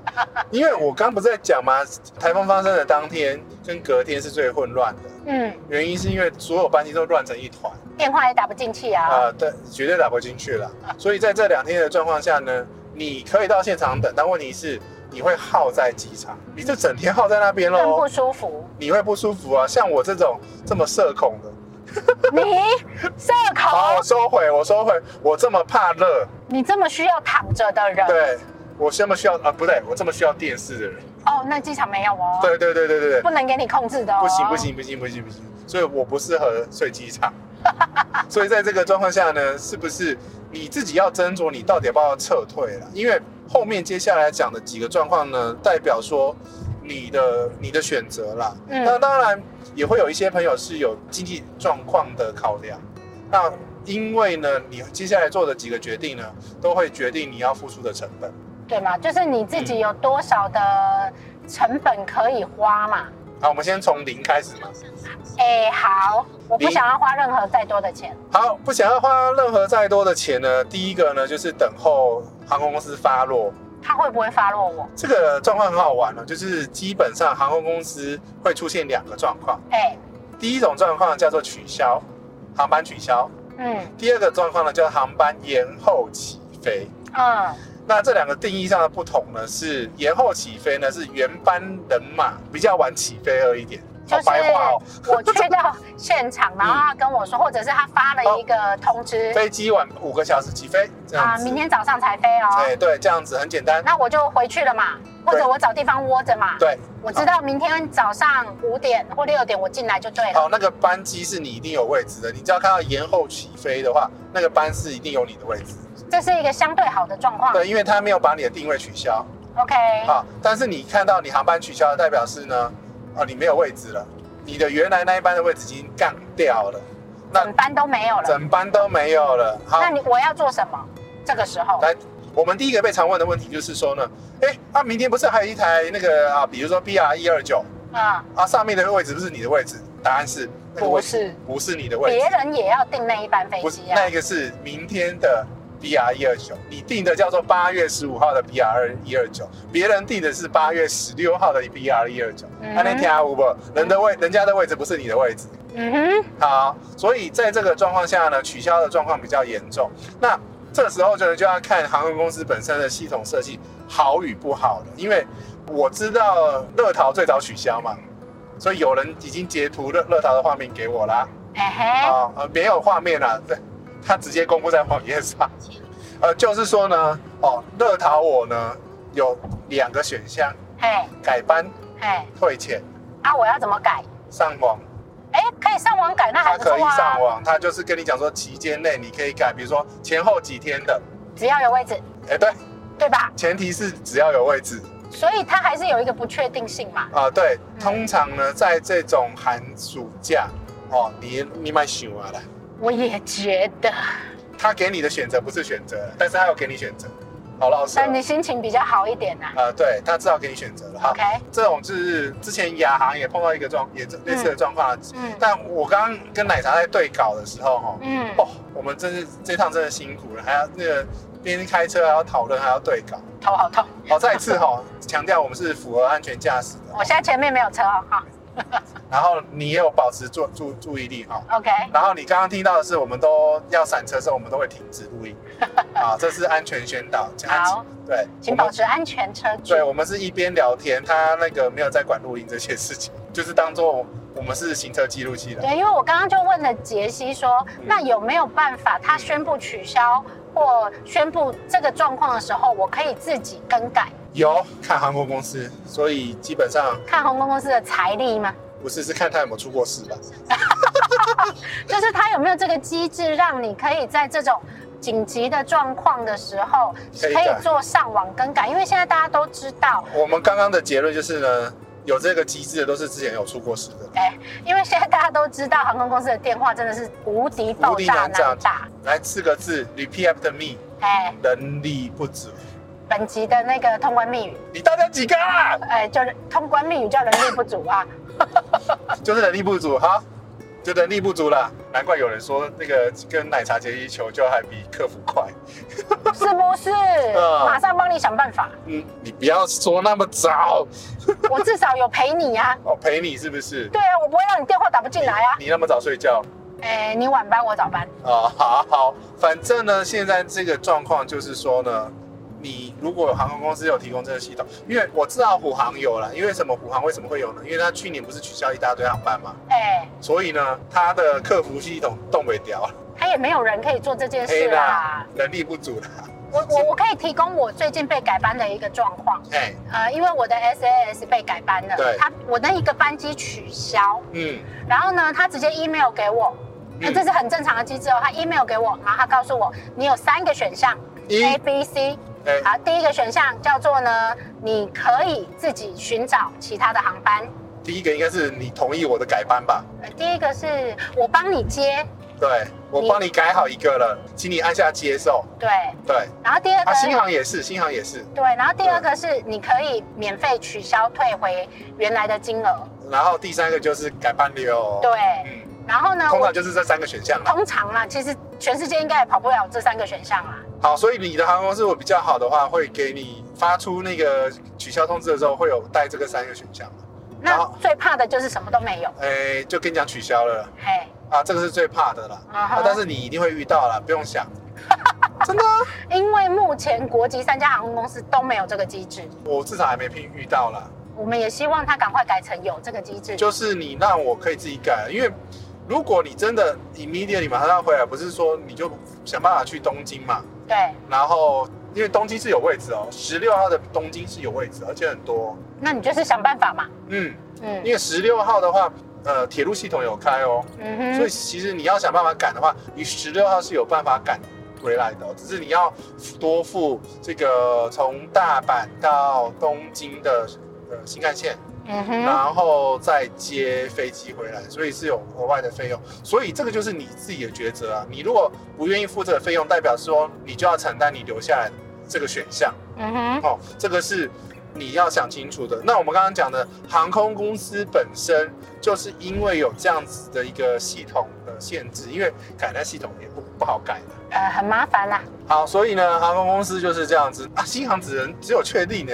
S3: 因为我刚不是在讲嘛，台风发生的当天跟隔天是最混乱的，
S2: 嗯，
S3: 原因是因为所有班级都乱成一团。
S2: 电话也打不进去啊。
S3: 啊、对，绝对打不进去了。所以在这两天的状况下呢，你可以到现场等，但问题是你会耗在机场，你就整天耗在那边
S2: 更不
S3: 喽，
S2: 舒服，
S3: 你会不舒服啊。像我这种这么社恐的，
S2: 你社
S3: 好，
S2: 恐
S3: 我，收回，我收回，我这么怕热，
S2: 你这么需要躺着的人，
S3: 对我这么需要啊，不对，我这么需要电视的人，
S2: 哦，那机场没有哦，
S3: 对对对对对对，
S2: 不能给你控制的哦，
S3: 不行不，行不行不行不行，所以我不适合睡机场。 所以在这个状况下呢，是不是你自己要斟酌你到底要不要撤退了？因为后面接下来讲的几个状况呢，代表说你的你的选择啦。
S2: 嗯
S3: 那当然也会有一些朋友是有经济状况的考量，那因为呢，你接下来做的几个决定呢，都会决定你要付出的成本。
S2: 对嘛，就是你自己有多少的成本可以花嘛。
S3: 好，我们先从零开始嘛。
S2: 哎，好，我不
S3: 你
S2: 想要花任何再多的钱。
S3: 好，不想要花任何再多的钱呢，第一个呢就是等候航空公司发落。
S2: 他会不会发落我？
S3: 这个状况很好玩哦，就是基本上航空公司会出现两个状况，
S2: 哎、
S3: 第一种状况叫做取消航班取消，
S2: 嗯
S3: 第二个状况呢叫航班延后起飞。
S2: 嗯，
S3: 那这两个定义上的不同呢，是延后起飞呢是原班人马比较晚起飞而已点，
S2: 就
S3: 好
S2: 是
S3: 白话哦，嗯
S2: 我去到现场，然后他跟我说，或者是他发了一个通知
S3: 飞机晚五个小时起飞这
S2: 啊、
S3: 样子。
S2: 明天早上才飞哦，
S3: 哎，对，这样子很简单。
S2: 那我就回去了嘛，或者
S3: 对
S2: 我找地方窝着嘛。
S3: 对，
S2: 我知道明天早上五点或六点我进来就对
S3: 好，
S2: 了。
S3: 哦那个班机是你一定有位置的，你只要看到延后起飞的话，那个班是一定有你的位置。
S2: 这是一个相对好的状况。
S3: 对，因为他没有把你的定位取消
S2: OK，
S3: 啊。但是你看到你航班取消的代表是呢，啊，你没有位置了，你的原来那一班的位置已经杠掉了，那
S2: 整班都没有了。
S3: 整班都没有了。好
S2: 那，你我要做什么？这个时候，
S3: 来，我们第一个被常问的问题就是说呢，哎，啊，明天不是还有一台那个啊，比如说 BR 一二九
S2: 嗯，
S3: 啊，上面的位置不是你的位置？答案是那个
S2: 不
S3: 位置
S2: 是，
S3: 不是你的位置
S2: 别。人也要订那一班飞
S3: 不是，
S2: 机啊
S3: 那。一个是明天的 BR 一二九，你定的叫做八月十五号的 BR 一二九，别人定的是八月十六号的 BR 一二九。啊
S2: 嗯
S3: 那天下五不，人的位，人家的位置不是你的位置。
S2: 嗯哼，
S3: 好，所以在这个状况下呢，取消的状况比较严重。那这时候就就要看航空公司本身的系统设计好与不好了，因为我知道乐淘最早取消嘛，所以有人已经截图乐乐淘的画面给我啦。
S2: 哎、嘿。
S3: 啊、呃，没有画面啊，对，他直接公布在网页上。呃，就是说呢，哦，乐淘我呢有两个选项，
S2: 哎，
S3: 改班
S2: 哎，
S3: 退钱
S2: 啊，我要怎么改？
S3: 上网，
S2: 哎，可以上网改，那还
S3: 它
S2: 不
S3: 可以
S2: 错啊，
S3: 上网，它就是跟你讲说期间内你可以改，比如说前后几天的，
S2: 只要有位置，
S3: 哎，对，
S2: 对吧？
S3: 前提是只要有位置
S2: 所以它还是有一个不确定性嘛。
S3: 啊、对，
S2: 嗯
S3: 通常呢，在这种寒暑假哦，你你买想啊啦，
S2: 我也觉得，
S3: 他给你的选择不是选择，但是他有给你选择，好老实哦。
S2: 但你心情比较好一点呐、
S3: 啊、对他至少给你选择了哈。
S2: OK，
S3: 这种就是之前亚航也碰到一个状，也类似的状况。
S2: 嗯
S3: 但我刚刚跟奶茶在对稿的时候，哈、
S2: 嗯，
S3: 哦，我们真是这趟真的辛苦了，还要那个边开车还要讨论，还要对稿。
S2: 头好痛。
S3: 好、再一次哈、强调我们是符合安全驾驶的，
S2: 我现在前面没有车哦哈、
S3: 然后你也有保持注注注意力哈、
S2: OK，
S3: 然后你刚刚听到的是，我们都要闪车的时候，我们都会停止录音，啊，这是安全宣导。
S2: 好，
S3: 对，
S2: 请保持安全车距
S3: 对，。我们是一边聊天，他那个没有在管录音这些事情，就是当做我们是行车记录器的。
S2: 对，因为我刚刚就问了杰西说，
S3: 嗯
S2: 那有没有办法，他宣布取消或宣布这个状况的时候，我可以自己更改？
S3: 有看航空公司，所以基本上
S2: 看航空公司的财力吗？
S3: 不是是看他有没有出过事吧？
S2: 就是他有没有这个机制，让你可以在这种紧急的状况的时候，
S3: 可以
S2: 可
S3: 改
S2: 以做上网更改？因为现在大家都知道，
S3: 我们刚刚的结论就是呢，有这个机制的都是之前有出过事的。
S2: 哎，因为现在大家都知道航空公司的电话真的是无敌爆炸难打。
S3: 来四个字，repeat after me，
S2: 哎，
S3: 能力不足。
S2: 本集的那个通关密语，
S3: 你大家几个啊？
S2: 哎，就是通关密语叫人力不足 啊。
S3: 就是能力不足哈，就能力不足啦。难怪有人说那个跟奶茶节一求救还比客服快。
S2: 是不是？
S3: 嗯
S2: 马上帮你想办法，
S3: 嗯，你不要说那么早，
S2: 我至少有陪你啊。
S3: 我陪你是不是？
S2: 对啊，我不会让你电话打不进来啊。
S3: 你那么早睡觉
S2: 哎，你晚班我早班，
S3: 啊？好好，反正呢，现在这个状况就是说呢，你如果航空公司有提供这个系统，因为我知道虎航有了，因为什么虎航为什么会有呢？因为它去年不是取消一大堆航班嘛，
S2: 哎，
S3: 所以呢，它的客服系统动不掉，
S2: 他也没有人可以做这件
S3: 黑
S2: 事啦。，
S3: 能力不足啦，
S2: 我我我可以提供我最近被改班的一个状况，
S3: 哎，
S2: 呃，因为我的 SAS 被改班了
S3: 对，
S2: 他我那一个班机取消，
S3: 嗯，
S2: 然后呢，他直接 email 给我，哎，
S3: 嗯
S2: 这是很正常的机制哦。他 email 给我，然后他告诉我，你有三个选项
S3: 一，
S2: A、B、C。
S3: 哎，
S2: 好，第一个选项叫做呢，你可以自己寻找其他的航班。
S3: 第一个应该是你同意我的改班吧？
S2: 呃第一个是我帮你接，
S3: 对，我
S2: 你
S3: 帮你改好一个了，请你按下接受。
S2: 对，
S3: 对，
S2: 然后第二个、
S3: 啊，新航也是，新航也是。
S2: 对，然后第二个是你可以免费取消退回原来的金额，
S3: 然后第三个就是改班流。
S2: 对，
S3: 嗯，
S2: 然后呢，
S3: 通
S2: 我
S3: 常就是这三个选项啦。
S2: 通常啊啦，其实全世界应该也跑不了这三个选项啊啦。
S3: 好，所以你的航空公司如果比较好的话，会给你发出那个取消通知的时候，会有带这个三个选项。然
S2: 那
S3: 后
S2: 最怕的就是什么都没有，
S3: 哎，就跟你讲取消了
S2: 嘿，
S3: 啊，这个是最怕的啦。
S2: 啊
S3: 啊，但是你一定会遇到啦，不用想。 真的啊、
S2: 因为目前国际三家航空公司都没有这个机制，
S3: 我至少还没遇遇到啦。
S2: 我们也希望它赶快改成有这个机制。
S3: 就是你让我可以自己改，因为如果你真的 immediately 马上要回来，不是说你就想办法去东京嘛？
S2: 对，
S3: 然后因为东京是有位置哦，十六号的东京是有位置，而且很多。
S2: 那你就是想办法嘛。
S3: 嗯，
S2: 嗯
S3: 因为十六号的话，呃，铁路系统有开哦，
S2: 嗯
S3: 所
S2: 哼，
S3: 以其实你要想办法赶的话，你十六号是有办法赶回来的哦、只是你要多付这个从大阪到东京的呃新干线。
S2: 嗯哼，
S3: 然后再接飞机回来，所以是有额外的费用。所以这个就是你自己的抉择啊。你如果不愿意付这个费用，代表说你就要承担你留下来这个选项
S2: 嗯哼，
S3: 哦。这个是你要想清楚的。那我们刚刚讲的航空公司本身就是因为有这样子的一个系统的限制，因为改那系统也不不好改的。
S2: 呃，很麻烦啦，
S3: 好，所以呢，航空公司就是这样子啊。新航只能只有确定呢、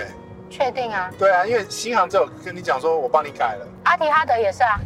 S2: 确定啊。
S3: 对啊，因为新航只有跟你讲说我帮你改了。
S2: 阿提哈德也是啊，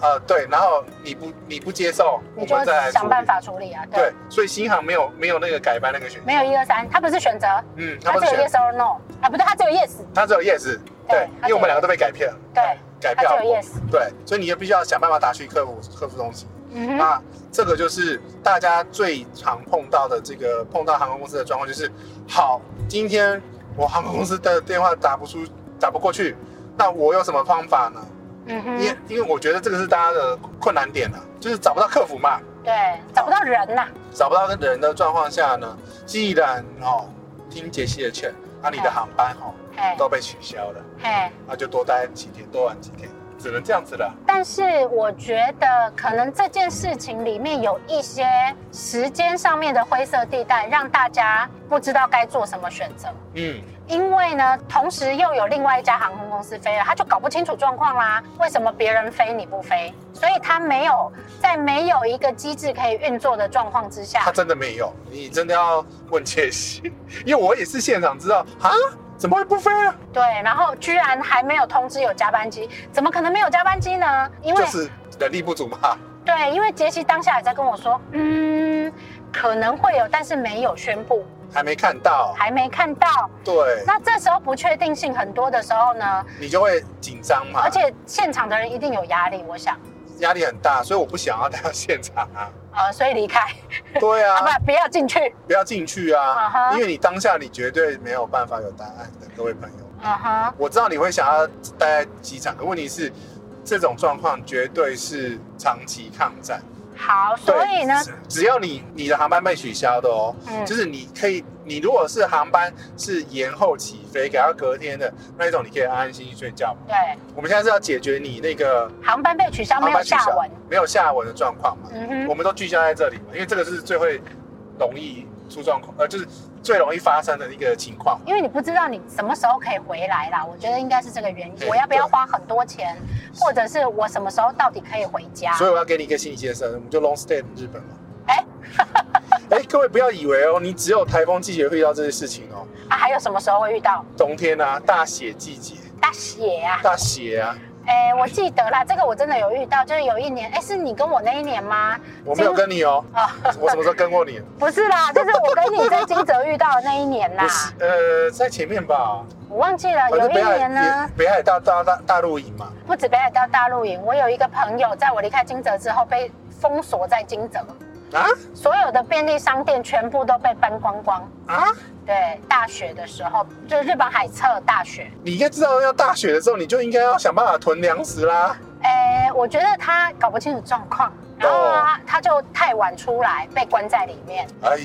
S3: 呃，对，然后你不你不接受，
S2: 你
S3: 我
S2: 就
S3: 们再来
S2: 想
S3: 处
S2: 办
S3: 理。
S2: 法处理啊。对，
S3: 对，所以新航没有没有那个改班那个选项，
S2: 没有一二三，它不是选择，
S3: 嗯，他
S2: 它
S3: 们
S2: 只有
S3: 选
S2: yes or no 啊，不对，它只有 yes，
S3: 他只有 yes，对
S2: 对，
S3: 因
S2: 他
S3: 为我们
S2: 只有
S3: 两个都被改票，
S2: 对，
S3: 改
S2: 它
S3: 票
S2: 只有 yes。
S3: 对，所以你就必须要想办法打去客服客服中心。
S2: 嗯哼，
S3: 那这个就是大家最常碰到的这个碰到航空公司的状况，就是好，今天我航空公司的电话打不出打不过去，那我有什么方法呢？
S2: 嗯
S3: 因为
S2: 哼，
S3: 因为我觉得这个是大家的困难点啊，就是找不到客服嘛，
S2: 对，找不到人呐、
S3: 找不到人的状况下呢，既然哦听杰西的劝，啊你的航班哦
S2: 哎
S3: 都被取消了，
S2: 哎，
S3: 那就多待几天，多玩几天，只能这样子了。
S2: 但是我觉得可能这件事情里面有一些时间上面的灰色地带，让大家不知道该做什么选择。
S3: 嗯，
S2: 因为呢，同时又有另外一家航空公司飞了，他就搞不清楚状况啦。为什么别人飞你不飞？所以他没有在没有一个机制可以运作的状况之下
S3: 他，真的没有，你真的要问杰西， 因为我也是现场知道啊，怎么会不飞啊？
S2: 对，然后居然还没有通知有加班机，怎么可能没有加班机呢？因为、
S3: 就是人力不足嘛。
S2: 对，因为杰西当下也在跟我说，嗯，可能会有，但是没有宣布，
S3: 还没看到，
S2: 还没看到。
S3: 对，
S2: 那这时候不确定性很多的时候呢，
S3: 你就会紧张嘛，
S2: 而且现场的人一定有压力，我想，
S3: 压力很大，所以我不想要待到现场 啊。
S2: 呃，所以离开，
S3: 对
S2: 啊
S3: 啊，
S2: 不，不要进去，
S3: 不要进去
S2: 啊
S3: 啊，
S2: 哈
S3: 因为你当下你绝对没有办法有答案的，各位朋友。
S2: 嗯哼。
S3: 我知道你会想要待在机场，可问题是，这种状况绝对是长期抗战。
S2: 好，
S3: 对
S2: 所以呢，
S3: 只只要你你的航班被取消的哦，
S2: 嗯
S3: 就是你可以，你如果是航班是延后起飞，改到隔天的那一种，你可以安安心心睡觉。
S2: 对，
S3: 我们现在是要解决你那个
S2: 航班被取消，啊没
S3: 航
S2: 有
S3: 班取
S2: 下
S3: 消
S2: 文。
S3: 没有下文的状况嘛。
S2: 嗯
S3: 我
S2: 哼，
S3: 们都聚焦在这里嘛，因为这个是最会容易出状况，呃，就是最容易发生的一个情况。
S2: 因为你不知道你什么时候可以回来啦，我觉得应该是这个原因。
S3: 对
S2: 我要不要花很多钱，或者是我什么时候到底可以回家？
S3: 所以我要给你一个新鲜生，我们就 long stay 日本嘛。
S2: 啊哎
S3: 哎，各位不要以为哦，你只有台风季节会遇到这些事情哦。
S2: 啊，还有什么时候会遇到
S3: 冬天啊，大雪季节，
S2: 大雪啊？
S3: 大雪啊，
S2: 哎、我记得啦，这个我真的有遇到，就是有一年，哎、是你跟我那一年吗？
S3: 我没有跟你哦，
S2: 啊、
S3: 我什么时候跟过你？
S2: 不是 啦，就是我跟你在金泽遇到的那一年啦
S3: 不，是，呃，在前面吧，
S2: 我忘记了，啊
S3: 反
S2: 有
S3: 正
S2: 一
S3: 北
S2: 年
S3: 海
S2: 呢
S3: 北。北海道大大大陆营嘛，
S2: 不止北海道大陆营，我有一个朋友，在我离开金泽之后被封锁在金泽，
S3: 啊
S2: 所有的便利商店全部都被搬光光。
S3: 啊，
S2: 对，大雪的时候，就是日本海侧大雪。
S3: 你应该知道要大雪的时候，你就应该要想办法囤粮食啦。
S2: 哎、我觉得他搞不清楚状况，然后
S3: 哦
S2: 他、他就太晚出来，被关在里面。
S3: 哎，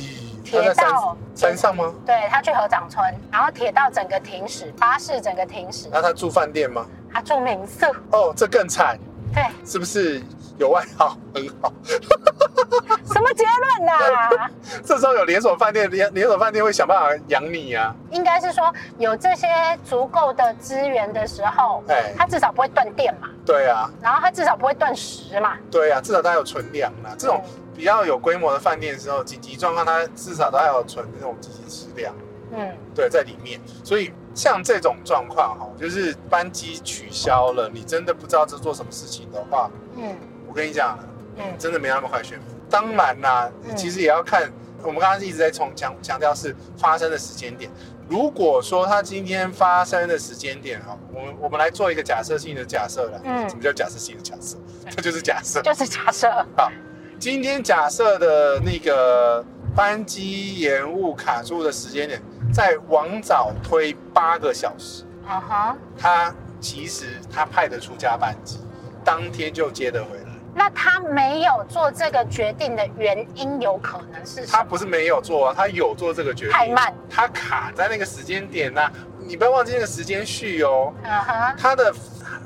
S3: 他在
S2: 铁
S3: 山
S2: 道
S3: 山上吗？
S2: 对他去合掌村，然后铁道整个停驶，巴士整个停驶
S3: 那，他住饭店吗？
S2: 他住民宿。
S3: 哦，这更惨，
S2: 对，
S3: 是不是有外号 很好？
S2: 什么结论啊呐、
S3: 这时候有连锁饭店，连连锁饭店会想办法养你啊。
S2: 应该是说有这些足够的资源的时候，
S3: 哎
S2: 它至少不会断电嘛，
S3: 对啊，
S2: 然后它至少不会断食嘛。
S3: 对啊，至少他有存粮啦。这种比较有规模的饭店的时候，紧急状况他至少都还有存那种紧急食粮，
S2: 嗯，
S3: 对，在里面。所以像这种状况哈，就是班机取消了，你真的不知道这做什么事情的话，
S2: 嗯
S3: 我跟你讲，
S2: 嗯
S3: 真的没那么快宣布。当然啦，
S2: 嗯
S3: 其实也要看，我们刚刚一直在重强强调是发生的时间点。如果说它今天发生的时间点啊，我们我们来做一个假设性的假设啦。
S2: 嗯
S3: 什么叫假设性的假设？这 就是假设。
S2: 就是假设，
S3: 好，今天假设的那个班机延误卡住的时间点，再往早推八个小时，
S2: 嗯哼，
S3: 他其实他派得出加班机，当天就接得回来。
S2: 那他没有做这个决定的原因，有可能是什
S3: 他
S2: 么
S3: 不是没有做啊，他有做这个决定，
S2: 太慢，
S3: 他卡在那个时间点呐、你不要忘记那个时间序哦，
S2: 嗯哼，
S3: 他的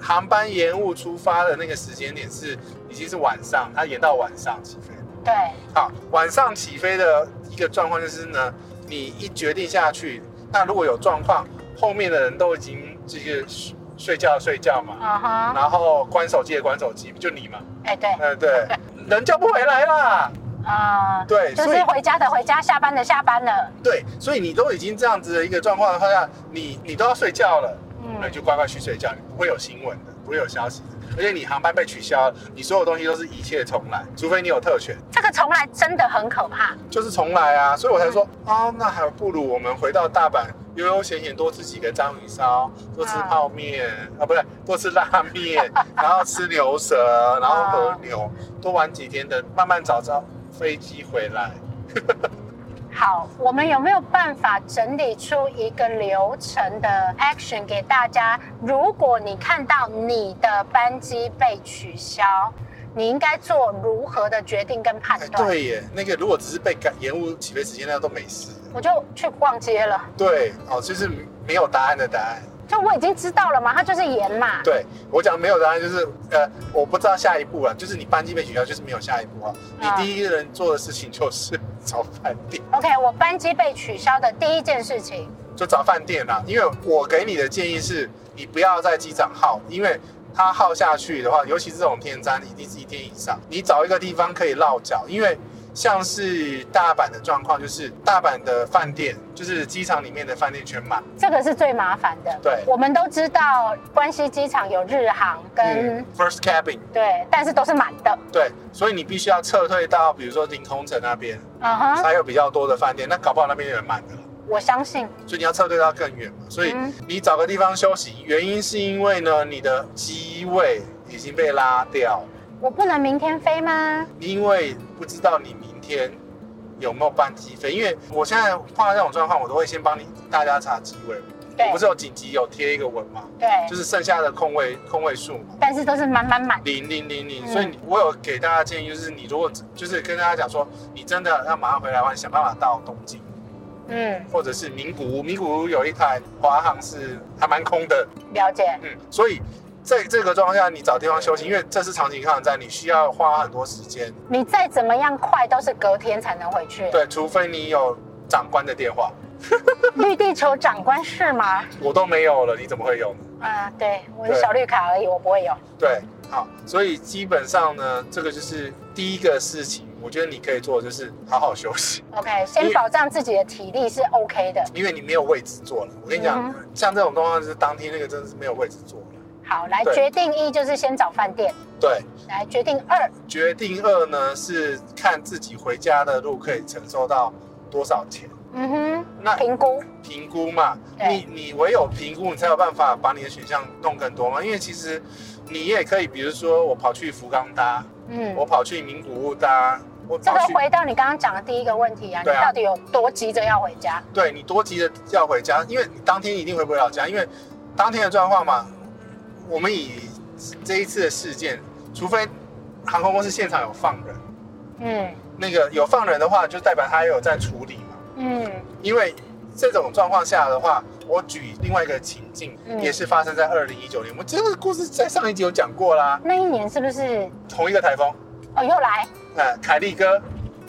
S3: 航班延误出发的那个时间点是已经是晚上，他延到晚上起飞。
S2: 对，
S3: 好，晚上起飞的一个状况就是呢，你一决定下去，那如果有状况，后面的人都已经这个睡睡觉睡觉嘛，
S2: 嗯哼，
S3: 然后关手机的关手机，就你嘛，
S2: 哎对，
S3: 呃 对，人叫不回来啦。
S2: 啊、
S3: 对
S2: 就
S3: 所以
S2: 是回家的回家，下班的下班了，
S3: 对，所以你都已经这样子的一个状况的话下，你你都要睡觉了，那
S2: 嗯
S3: 你就乖乖去睡觉，你不会有新闻的，不会有消息的，而且你航班被取消了，你所有东西都是一切重来，除非你有特权，
S2: 这个从来真的很可怕，
S3: 就是重来啊。所以我才说，哦，那还不如我们回到大阪，悠悠闲闲多吃几个章鱼烧，多吃泡面啊，不对，多吃拉面，然后吃牛舌，然后和牛，多玩几天的，慢慢找着飞机回来。
S2: 好，我们有没有办法整理出一个流程的 action 给大家？如果你看到你的班机被取消，你应该做如何的决定跟判
S3: 哎，
S2: 断？
S3: 对耶，那个如果只是被赶延误起飞时间，那都没事。
S2: 我就去逛街了，
S3: 对，哦，就是没有答案的答案。
S2: 就我已经知道了嘛，它就是延嘛。
S3: 对我讲没有答案，就是呃，我不知道下一步啊，就是你班机被取消，就是没有下一步啊。
S2: 啊
S3: 你第一个人做的事情就是 找饭店，
S2: OK，我班机被取消的第一件事情，
S3: 就找饭店啦、因为我给你的建议是，你不要在机场耗，因为它耗下去的话，尤其是这种天灾，一定是一天以上。你找一个地方可以落脚，因为像是大阪的状况，就是大阪的饭店，就是机场里面的饭店全满。
S2: 这个是最麻烦的。
S3: 对
S2: 我们都知道关西机场有日航跟、
S3: 嗯，first cabin，
S2: 对，但是都是满的。
S3: 对，所以你必须要撤退到比如说凌空城那边，
S2: 嗯哼，
S3: 才有比较多的饭店。那搞不好那边有人满的了，
S2: 我相信。
S3: 所以你要撤退到更远嘛。所以
S2: 嗯
S3: 你找个地方休息，原因是因为呢，你的机位已经被拉掉，
S2: 我不能明天飞吗？
S3: 因为不知道你明天有没有班机飞。因为我现在碰到这种状况，我都会先帮你大家查机位。
S2: 对
S3: 我不是有紧急有贴一个文嘛，
S2: 对，
S3: 就是剩下的空位空位数嘛。
S2: 但是都是满满满。
S3: 零零零零，
S2: 嗯
S3: 所以你我有给大家建议，就是你如果就是跟大家讲说，你真的要马上回来的话，你想办法到东京，
S2: 嗯，
S3: 或者是名古屋，名古屋有一台华航是还蛮空的，
S2: 了解。
S3: 嗯，所以在这个状况下，你找地方休息，因为这是长期抗战，你需要花很多时间，
S2: 你再怎么样快，都是隔天才能回去。
S3: 对，除非你有长官的电话，
S2: 绿地球长官是吗？
S3: 我都没有了，你怎么会有呢？
S2: 啊，对，我是
S3: 对
S2: 小绿卡而已，我不会有。
S3: 对，好，所以基本上呢，这个就是第一个事情，我觉得你可以做的就是好好休息。
S2: OK，
S3: 因
S2: 先
S3: 为
S2: 保障自己的体力是 OK 的。
S3: 因为你没有位置坐了。我跟你讲，
S2: 嗯
S3: 像这种状况就是当天那个真的是没有位置坐了。
S2: 好，来
S3: 对
S2: 决定一就是先找饭店，
S3: 对，
S2: 来决定二
S3: 决定二呢是看自己回家的路可以承受到多少钱，
S2: 嗯
S3: 那
S2: 哼，评估，
S3: 评估嘛。
S2: 对
S3: 你你唯有评估，你才有办法把你的选项弄更多嘛。因为其实你也可以，比如说我跑去福冈搭，
S2: 嗯
S3: 我，跑去名古屋搭，我
S2: 这
S3: 跑
S2: 个
S3: 去。
S2: 回到你刚刚讲的第一个问题啊，你
S3: 对啊
S2: 到底有多急着要回家？
S3: 对你多急着要回家，因为你当天一定回不了家，因为当天的状况嘛，我们以这一次的事件，除非航空公司现场有放人，
S2: 嗯
S3: 那个有放人的话，就代表他有在处理嘛。
S2: 嗯，
S3: 因为这种状况下的话，我举另外一个情境，
S2: 嗯
S3: 也是发生在二零一九年，我这个故事在上一集有讲过啦，
S2: 那一年是不是？
S3: 同一个台风，
S2: 哦，又来
S3: 呃，凯利哥，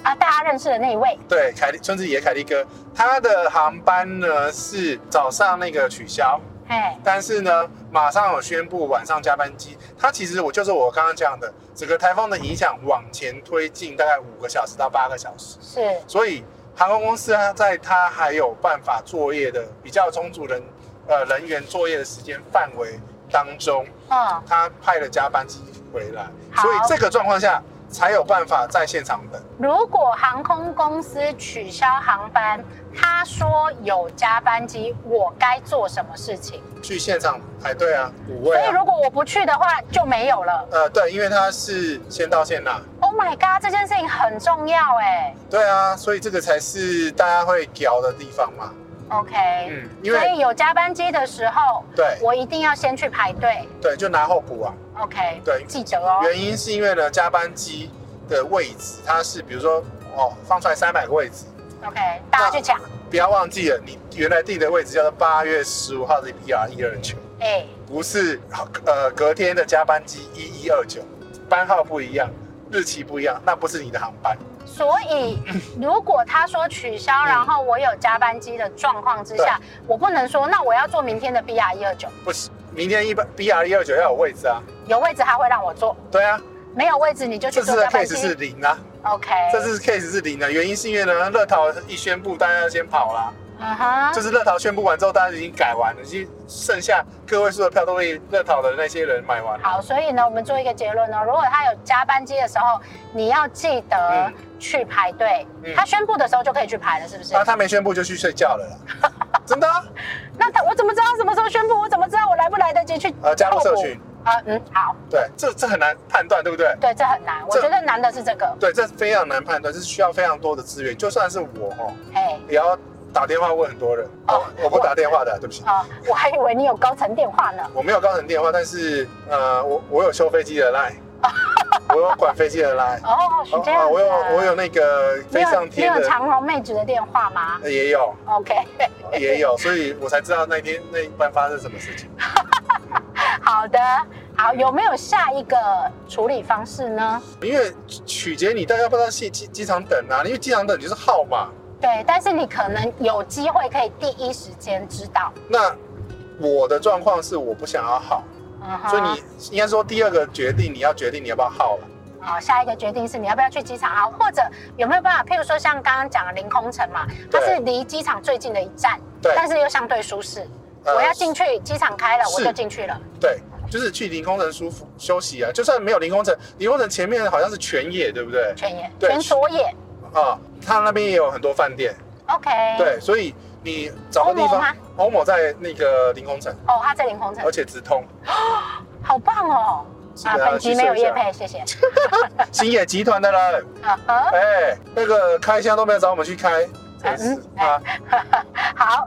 S2: 啊！大家认识的那一位，
S3: 对，凯利春子爷凯利哥，他的航班呢是早上那个取消，
S2: 哎，
S3: 但是呢，马上有宣布晚上加班机。它其实我就是我刚刚讲的，整个台风的影响往前推进大概五个小时到八个小时，
S2: 是
S3: 所以航空公司它在它还有办法作业的比较充足人呃人员作业的时间范围当中，
S2: 嗯，
S3: 它派了加班机回来，
S2: 好
S3: 所以这个状况下才有办法在现场等。
S2: 如果航空公司取消航班，他说有加班机，我该做什么事情？
S3: 去现场排队啊，五位
S2: 所以
S3: 啊，
S2: 如果我不去的话，就没有了。
S3: 呃，对，因为它是先到先拿，
S2: Oh my god，这件事情很重要哎。
S3: 对啊，所以这个才是大家会屌的地方嘛。
S2: OK，、
S3: 嗯，因
S2: 所
S3: 为
S2: 以有加班机的时候，
S3: 对
S2: 我一定要先去排队。
S3: 对，就拿后补啊。
S2: OK，
S3: 对
S2: 记者哦。
S3: 原因是因为呢，加班机的位置它是比如说哦，放出来三百个位置，
S2: OK，大家去抢。
S3: 不要忘记了，你原来定的位置叫做八月十五号的 ER 一二九，
S2: 哎、
S3: 不是呃隔天的加班机一一二九，班号不一样，日期不一样，那不是你的航班。
S2: 所以
S3: 嗯
S2: 如果他说取消，然后我有加班机的状况之下，我不能说那我要做明天的 BR 一二九，
S3: 不行，明天一班 BR 一二九要有位置啊。
S2: 有位置他会让我坐，
S3: 对啊，
S2: 没有位置你就去
S3: 这次
S2: 做
S3: 的
S2: 加班
S3: case 是
S2: 机。
S3: 零啊，
S2: OK，
S3: 这次 case 是零的、原因是因为呢，乐淘一宣布，大家先跑啦、
S2: 嗯哼，
S3: 就是乐淘宣布完之后，大家已经改完了，已经剩下个位数的票都被乐淘的那些人买完了。
S2: 好，所以呢，我们做一个结论呢，哦如果他有加班机的时候，你要记得
S3: 嗯
S2: 去排队。
S3: 嗯
S2: 他宣布的时候就可以去排了，是不是？
S3: 啊，他没宣布就去睡觉了啦， 真的啊、
S2: 那他我怎么知道他什么时候宣布？我怎么知道我来不来得及去？
S3: 呃，加入社群，
S2: 啊，嗯，好，
S3: 对，这这很难判断，对不对？
S2: 对，这很难，我
S3: 这
S2: 觉得难的是这个，
S3: 对，这非常难判断，这是需要非常多的资源。就算是我哦，
S2: 哎，
S3: 也要打电话问很多人。
S2: 哦
S3: 哦，我不打电话的，对不起，
S2: 啊，我还以为你有高层电话呢，
S3: 我没有高层电话，但是呃，我我有修飞机的 line，我有管飞机的 line，
S2: 哦，是
S3: 哦
S2: 这样、
S3: 哦，我有我有，那个
S2: 你
S3: 飞
S2: 有
S3: 上
S2: 你
S3: 天
S2: 有
S3: 的
S2: 长虹妹子的电话吗
S3: 呃也有
S2: ？OK，
S3: 也有， 所以我才知道那天那一班发生什么事情。
S2: 好的，好，有没有下一个处理方式呢？
S3: 因为取决你大家不知道机机机场等啊，因为机场等就是号码。
S2: 对，但是你可能有机会可以第一时间知道，
S3: 那我的状况是我不想要号，
S2: 嗯哼
S3: 所以你应该说第二个决定你要决定你要不要号了。
S2: 好，哦下一个决定是你要不要去机场啊，或者有没有办法，譬如说像刚刚讲的凌空城嘛，它
S3: 对
S2: 是离机场最近的一站，
S3: 对
S2: 但是又相对舒适。
S3: 呃
S2: 我要进去，机场开了，
S3: 是
S2: 我就进去了。
S3: 对，就是去凌空城舒服休息啊。就算没有凌空城，凌空城前面好像是全野，对不对？
S2: 全野，
S3: 对
S2: 全所野
S3: 啊，他那边也有很多饭店。
S2: ，OK。，
S3: 对，所以你找个地
S2: 哎欧盟
S3: 方
S2: 吗，
S3: 欧某在那个凌空城，
S2: 哦，它在凌空城
S3: 而，且直通。
S2: 好棒哦！
S3: 呃是
S2: 啊，
S3: 的啊
S2: 本集
S3: 去
S2: 没有
S3: 试一
S2: 夜
S3: 下
S2: 配，谢谢。
S3: 新野集团的人，
S2: 啊哈，
S3: 哎，那个开箱都没有找我们去开，真是
S2: 嗯
S3: 啊。
S2: 好。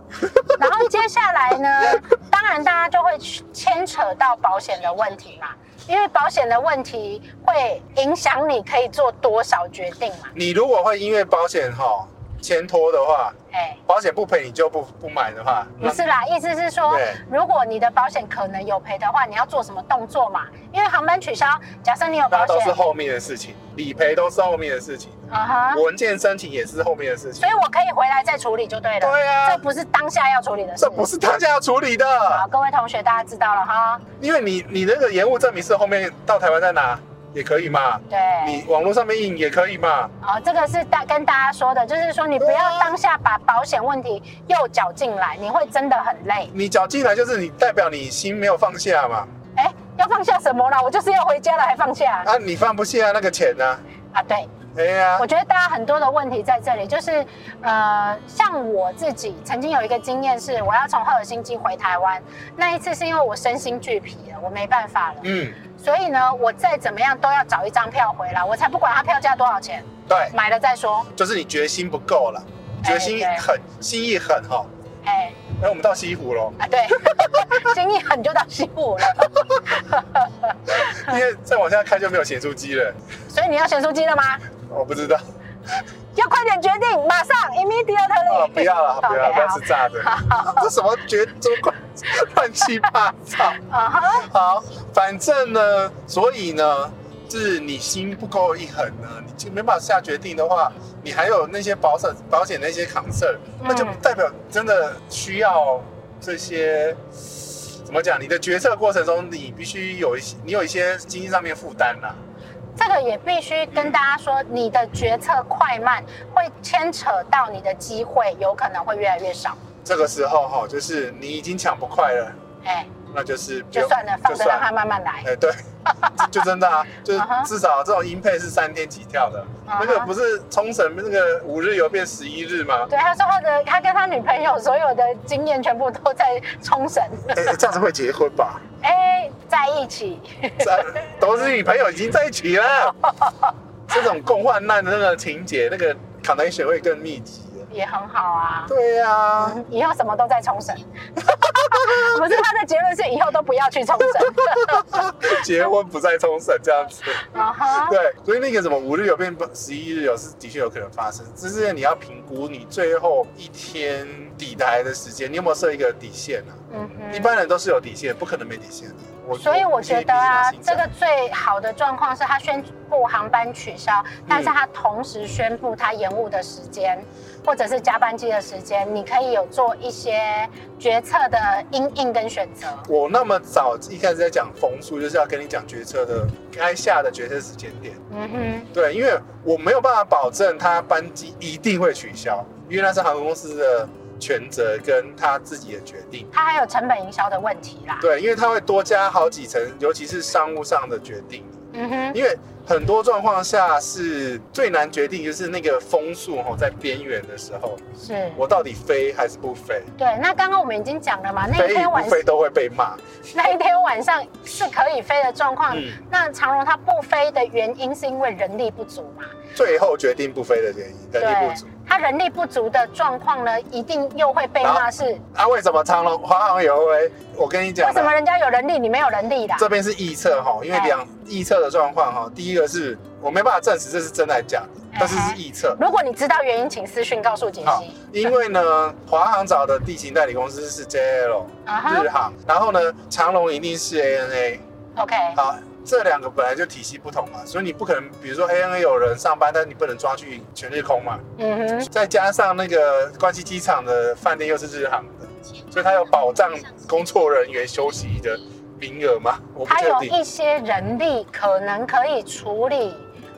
S2: 然后接下来呢，当然大家就会去牵扯到保险的问题嘛，因为保险的问题会影响你可以做多少决定嘛。
S3: 你如果会因为保险哈钱拖的话，
S2: 哎，
S3: 保险不赔你就不不买的话，
S2: 不是啦，意思是说
S3: 嗯对，
S2: 如果你的保险可能有赔的话，你要做什么动作嘛？因为航班取消，假设你有
S3: 那
S2: 保
S3: 那都是
S2: 险，
S3: 后面的事情，理赔都是后面的事情，
S2: 嗯哼，
S3: 文件申请也是后面的事情
S2: 所以。我可以回来再处理就对了。
S3: 对啊
S2: 这不是当下要处理的事。
S3: 这不是大家要处理
S2: 好，
S3: 的，
S2: 各位同学大家知道了哈。
S3: 因为你你那个延误证明是后面到台湾再拿也可以嘛，
S2: 对，
S3: 你网络上面印也可以嘛，
S2: 哦，这个是大跟大家说的，就是说你不
S3: 对啊
S2: 要当下把保险问题又搅进来，你会真的很累。
S3: 你缴进来就是你代表你心没有放下嘛，
S2: 哎，要放下什么啦？我就是要回家了，还放下
S3: 啊你放不下那个钱呢、
S2: 啊？对，
S3: 哎呀
S2: 我，觉得大家很多的问题在这里，就是呃，像我自己曾经有一个经验是，我要从赫尔辛基回台湾，那一次是因为我身心俱疲了，我没办法了，
S3: 嗯，
S2: 所以呢，我再怎么样都要找一张票回来，我才不管它票价多少钱，
S3: 对，
S2: 买了再说。
S3: 就是你决心不够了，决心
S2: 哎对
S3: 狠，心意狠哈、
S2: 哎、
S3: 哎，我们到西湖喽。
S2: 啊，对， 经一狠就到西湖了，
S3: 因为再往下开就没有咸酥鸡了，
S2: 所以你要选书机了吗？
S3: 我不知道
S2: 要快点决定，马上 immediately、
S3: 啊，不要了，不要了，不
S2: OK，
S3: 要
S2: 好
S3: 吃炸的，这什么绝这么快乱七八糟。
S2: 嗯哼，
S3: 好，反正呢，所以呢，是你心不够一狠呢，你就没办法下决定的话，你还有那些保险保险那些 concern，那
S2: 嗯
S3: 就代表真的需要这些。怎么讲？你的决策过程中，你必须有一些，你有一些经济上面负担啦。
S2: 这个也必须跟大家说，你的决策快慢会牵扯到你的机会，有可能会越来越少。
S3: 这个时候哈，就是你已经抢不快了，
S2: 哎，
S3: 那就是不
S2: 就
S3: 用
S2: 算了，放
S3: 就
S2: 着让它
S3: 算了，
S2: 慢慢来
S3: 哎、。对，就真的啊，就是
S2: 嗯哼
S3: 至少这种音配是三天起跳的，
S2: 嗯
S3: 那
S2: 哼
S3: 个不是冲绳那个五日游变十一日吗？
S2: 对，他说他的他跟他女朋友所有的经验全部都在冲绳，
S3: 哎、这样子会结婚吧？
S2: 哎，在一起，
S3: 这都是女朋友已经在一起了，这种共患难的那个情节，那个 connection 会更密集的。
S2: 也很好啊。
S3: 对呀、啊，
S2: 以后什么都在冲绳， 不是他的结论是以后都不要去冲绳。
S3: 结婚不在冲绳这样子。
S2: 啊哈，
S3: 对，所以那个什么五日游变十一日游是的确有可能发生，只是你要评估你最后一天抵达的时间，你有没有设一个底线啊呢、
S2: 嗯
S3: 一
S2: 哼。
S3: 般人都是有底线，不可能没底线的。我
S2: 所以我觉得啊，这个
S3: 个
S2: 最好的状况是他宣布航班取消，
S3: 嗯
S2: 但是他同时宣布他延误的时间，或者是加班机的时间，你可以有做一些决策的因应跟选择。
S3: 我那么早一开始在讲风速，就是要跟你讲决策的该下的决策时间点。
S2: 嗯哼，
S3: 对，因为我没有办法保证他班机一定会取消，因为那是航空公司的权责跟他自己的决定。
S2: 它还有成本营销的问题啦。
S3: 对，因为他会多加好几层，尤其是商务上的决定。
S2: 嗯哼，
S3: 因为很多状况下是最难决定，就是那个风速哦，在边缘的时候，
S2: 是
S3: 我到底飞还是不飞？
S2: 对。那刚刚我们已经讲了嘛，那一
S3: 飞与
S2: 天晚
S3: 不飞都会被骂。
S2: 那一天晚上是可以飞的状况。
S3: 嗯，
S2: 那长荣它不飞的原因是因为人力不足嘛？
S3: 最后决定不飞的原因，人力不足。
S2: 它人力不足的状况呢，一定又会被骂是
S3: 啊，为什么长龙华航有回？我跟你讲
S2: 为
S3: 啊，
S2: 什么人家有人力，你没有人力啦？
S3: 这边是臆测哈，因为
S2: 哎
S3: 两臆测的状况哈，第一个是我没办法证实这是真还是假的，但是是
S2: 哎
S3: 臆测。
S2: 如果你知道原因，请私讯告诉锦
S3: 好
S2: 溪。
S3: 因为呢，华航找的地勤代理公司是 JL
S2: 啊
S3: 日
S2: 哈
S3: 航，然后呢，长龙一定是 ANA。
S2: ，OK，
S3: 好，这两个本来就体系不同嘛，所以你不可能，比如说 ANA 有人上班，但你不能抓去全日空嘛。
S2: 嗯哼，
S3: 再加上那个关西机场的饭店又是日航的，所以它有保障工作人员休息的名额吗？我不
S2: 它
S3: 确
S2: 有
S3: 定。
S2: 一些人力可能可以处理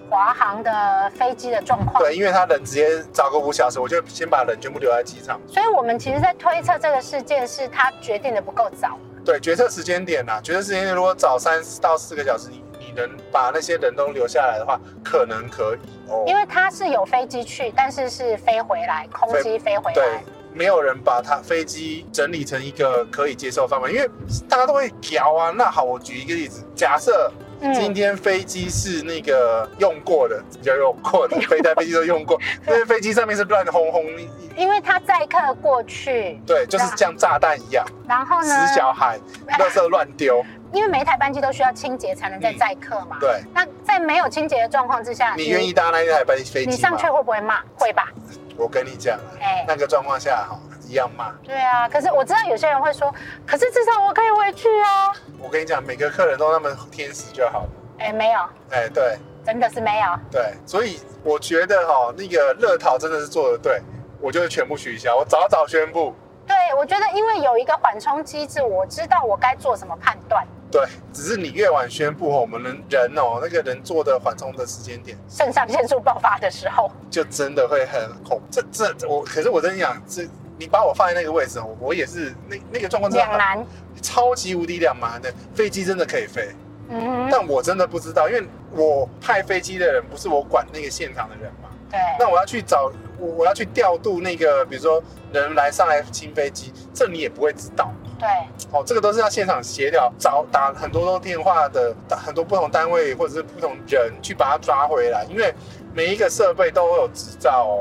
S2: 华航的飞机的状况。
S3: 对，因为他人直接找个五小时，我就先把人全部留在机场。
S2: 所以我们其实，在推测这个事件是他决定的不够早。
S3: 对，决策时间点呐、啊决策时间点如果早三到四个小时，你你能把那些人都留下来的话，可能可以哦。
S2: 因为他是有飞机去，但是是飞回来，空机飞回
S3: 对
S2: 来。，
S3: 没有人把他飞机整理成一个可以接受的范围，因为大家都会聊啊。那好，我举一个例子，假设今
S2: 嗯，
S3: 天飞机是那个用过的，比较用过的，飞弹飞机都 用过，那些飞机上面是乱轰轰，一一
S2: 因为他载客过去，
S3: 对，就是像炸弹一样，
S2: 然后呢，
S3: 死小孩，垃圾乱丢，
S2: 因为每一台班机都需要清洁才能再
S3: 嗯
S2: 载客嘛。
S3: 对。
S2: 那在没有清洁的状况之下，
S3: 你愿意搭那一台飞飞
S2: 你
S3: 机
S2: 上
S3: 吗
S2: 去？会不会骂？会吧。
S3: 我跟你讲啊，
S2: 哎
S3: 那个状况下哈，一样骂。
S2: 对啊，可是我知道有些人会说，可是至少我可以回去啊。
S3: 我跟你讲，每个客人都那么天使就好了。
S2: 哎、没有，
S3: 哎，对
S2: 真的是没有。
S3: 对，所以我觉得哈，那个乐淘真的是做的对，我就全部取消，我早早宣布。
S2: 对，我觉得因为有一个缓冲机制，我知道我该做什么判断，
S3: 对，只是你越晚宣布，我们人人哦，那个人做的缓冲的时间点，
S2: 肾上腺素爆发的时候，
S3: 就真的会很恐。这这这我，可是我真的讲，这你把我放在那个位置，哦我我也是那那个状况真
S2: 两
S3: 的
S2: 难。
S3: 超级无敌两难的。飞机真的可以飞，
S2: 嗯哼，
S3: 但我真的不知道，因为我派飞机的人不是我管那个现场的人嘛。
S2: 对。
S3: 那我要去找我，我要去调度那个，比如说人来上来清飞机，这你也不会知道。
S2: 对，
S3: 哦，这个都是要现场协调，找打很多通电话的，打很多不同单位或者是不同人去把它抓回来，因为每一个设备都会有执照哦。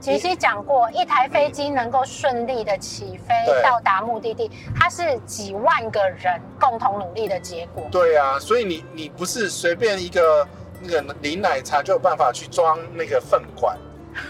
S2: 杰西讲过，一台飞机能够顺利的起飞
S3: 对
S2: 到达目的地，它是几万个人共同努力的结果。
S3: 对啊，所以你你不是随便一个那个淋奶茶就有办法去装那个粪管，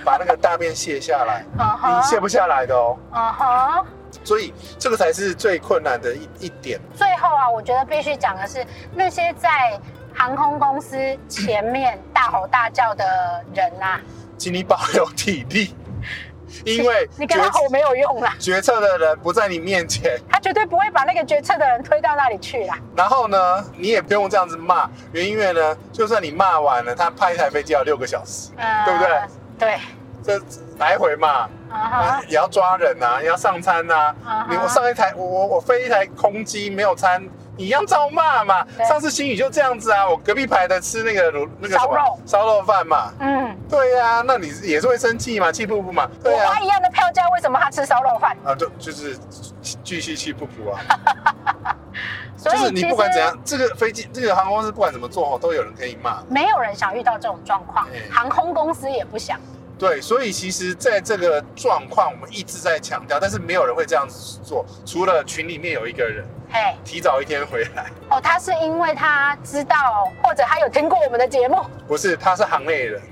S3: 把那个大便卸 下来，
S2: 嗯
S3: 你卸
S2: 哼，
S3: 不下来的哦。
S2: 嗯哼。
S3: 所以这个才是最困难的一一点。
S2: 最后啊，我觉得必须讲的是，那些在航空公司前面大吼大叫的人啊呐、
S3: 请你保留体力， 因为
S2: 你跟他吼
S3: 决
S2: 没有用啦，
S3: 决策的人不在你面前，
S2: 他绝对不会把那个决策的人推到那里去啦。
S3: 然后呢，你也不用这样子骂，原因为呢，就算你骂完了，他拍一台飞机要六个小时，
S2: 呃
S3: 对不对？
S2: 对，
S3: 这来回骂，
S2: 嗯
S3: 啊
S2: 哼，
S3: 也要抓人啊，也要上餐呐、
S2: 嗯
S3: 你
S2: 哼
S3: 我上一台，我我我飞一台空机没有餐，你一样照骂嘛。
S2: 对
S3: 上次新宇就这样子啊，我隔壁排的吃那个卤那个什
S2: 烧
S3: 么
S2: 肉
S3: 烧肉饭嘛。
S2: 嗯，
S3: 对呀、那你也是会生气嘛，气不不嘛。对啊
S2: 我
S3: 呀、
S2: 花一样的票价，为什么他吃烧肉饭？
S3: 啊，就就是继续气不服啊。
S2: 所
S3: 就是
S2: 以
S3: 你
S2: 其
S3: 不管怎
S2: 实
S3: 样，这个飞机、这个航空公司不管怎么做哦，都有人可以骂。
S2: 没有人想遇到这种状况
S3: 哎，
S2: 航空公司也不想。
S3: 对，所以其实在这个状况，我们一直在强调，但是没有人会这样子做，除了群里面有一个人
S2: 嘿，
S3: 提早一天回来，
S2: 哦，他是因为他知道，或者他有听过我们的节目
S3: 不是，他是行内人，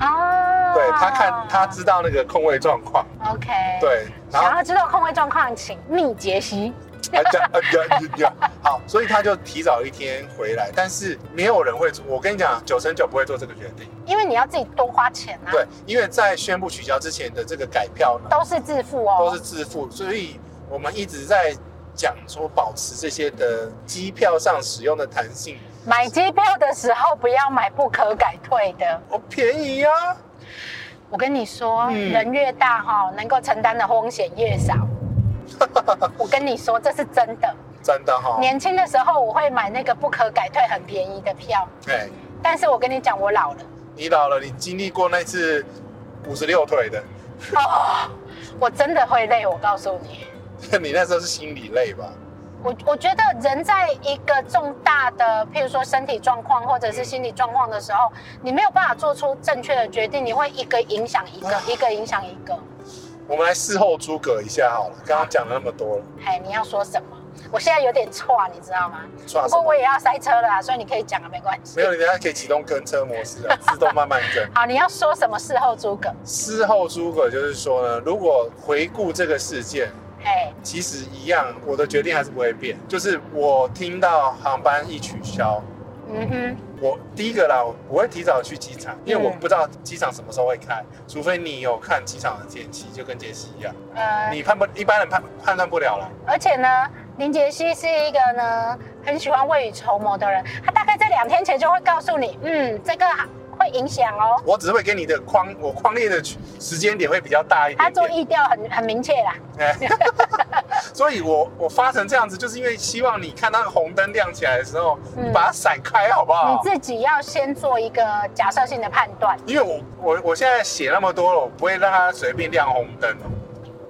S2: 啊。
S3: 对他看他知道那个空位状况，
S2: OK，，
S3: 对，然后
S2: 想要知道空位状况，请密杰西。
S3: 啊这样啊这样这样好，所以他就提早一天回来，但是没有人会做，我跟你讲，九成九不会做这个决定，
S2: 因为你要自己多花钱啊，
S3: 对，因为在宣布取消之前的这个改票呢，
S2: 都是自付哦，
S3: 都是自付，所以我们一直在讲说保持这些的机票上使用的弹性。
S2: 买机票的时候不要买不可改退的。
S3: 哦，便宜啊！
S2: 我跟你说，
S3: 嗯
S2: 人越大哈、能够承担的风险越 少。我跟你说，这是真的。
S3: 真的哈、
S2: 年轻的时候我会买那个不可改退很便宜的票，
S3: 哎，
S2: 但是我跟你讲，我老了，
S3: 你老了，你经历过那次五十六腿的，
S2: 哦，我真的会累，我告诉你。
S3: 你那时候是心理累吧？
S2: 我我觉得人在一个重大的，譬如说身体状况或者是心理状况的时候，你没有办法做出正确的决定，你会一个影响一个
S3: 啊，
S2: 一个影响一个。
S3: 我们来事后诸葛一下好了，刚刚讲了那么多了，
S2: 哎，你要说什么？我现在有点错，啊你知道吗？
S3: 算
S2: 不
S3: 什
S2: 过
S3: 么？
S2: 我也要塞车了啊，所以你可以讲啊，没关系
S3: 没。有，你等一下可以启动跟车模式啊，自动慢慢跟。
S2: 好，你要说什么事后诸葛？
S3: 事后诸葛就是说呢，如果回顾这个事件，
S2: 哎，
S3: 其实一样，我的决定还是不会变。就是我听到航班一取消，
S2: 嗯哼，
S3: 我第一个啦，我不会提早去机场，因为我
S2: 嗯
S3: 不知道机场什么时候会开，除非你有看机场的天气，就跟杰西一样，
S2: 呃，
S3: 你判不一般人判判断不了啦。
S2: 而且呢，林杰西是一个呢很喜欢未雨绸缪的人，他大概在两天前就会告诉你，嗯，这个会影响哦。
S3: 我只是会给你的框，我框列的时间点会比较大一
S2: 他
S3: 点
S2: 做
S3: 点。
S2: 意调很很明确啦，
S3: 所以我我发成这样子，就是因为希望你看那个红灯亮起来的时候，
S2: 嗯
S3: 你把它闪开，好不好？
S2: 你自己要先做一个假设性的判断。
S3: 因为我我我现在写那么多了，我不会让它随便亮红灯了。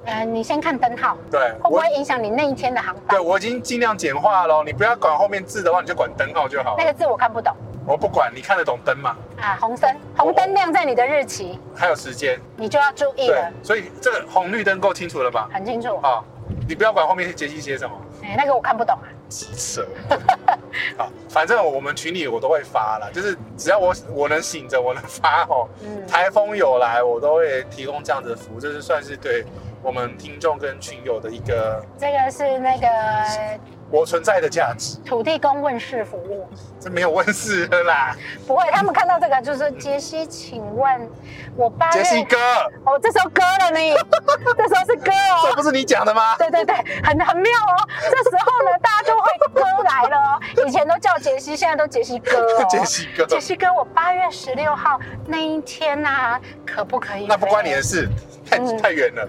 S2: 呃，你先看灯号，
S3: 对，
S2: 会不
S3: 我
S2: 会影响你那一天的航
S3: 对
S2: 班？
S3: 我已经尽量简化了哦，你不要管后面字的话，你就管灯号就好
S2: 那
S3: 了。
S2: 个字我看不懂
S3: 我不管，你看得懂灯吗？
S2: 啊，红
S3: 哦
S2: 灯，红灯亮在你的日期，
S3: 还有时间，
S2: 你就要注意
S3: 对
S2: 了，，
S3: 所以这个红绿灯够清楚了吧？
S2: 很清楚。
S3: 啊，你不要管后面杰西写什么，
S2: 哎，那个我看不懂啊。
S3: 扯。好，啊反正我们群里我都会发了，就是只要我我能醒着，我能发哦。
S2: 嗯，
S3: 台风有来，我都会提供这样子的服务，这是算是对我们听众跟群友的一个
S2: 这个是那个
S3: 我存在的价值，
S2: 土地公问世服务。
S3: 这没有问世 了啦，
S2: 不会，他们看到这个就说：“杰西，请问我八
S3: 杰
S2: 月
S3: 西哥，
S2: 哦，这时候歌了 呢，这时候是歌
S3: 这
S2: 哦。
S3: 不是你讲的吗？。
S2: 对对对，很很妙哦。这时候呢，大家就会歌来了哦。以前都叫杰西，现在都杰西哥哦
S3: 杰西哥，
S2: 杰西哥，我八月十六号那一天呐、可不可以？
S3: 那不关你的。事，太
S2: 嗯
S3: 太远了。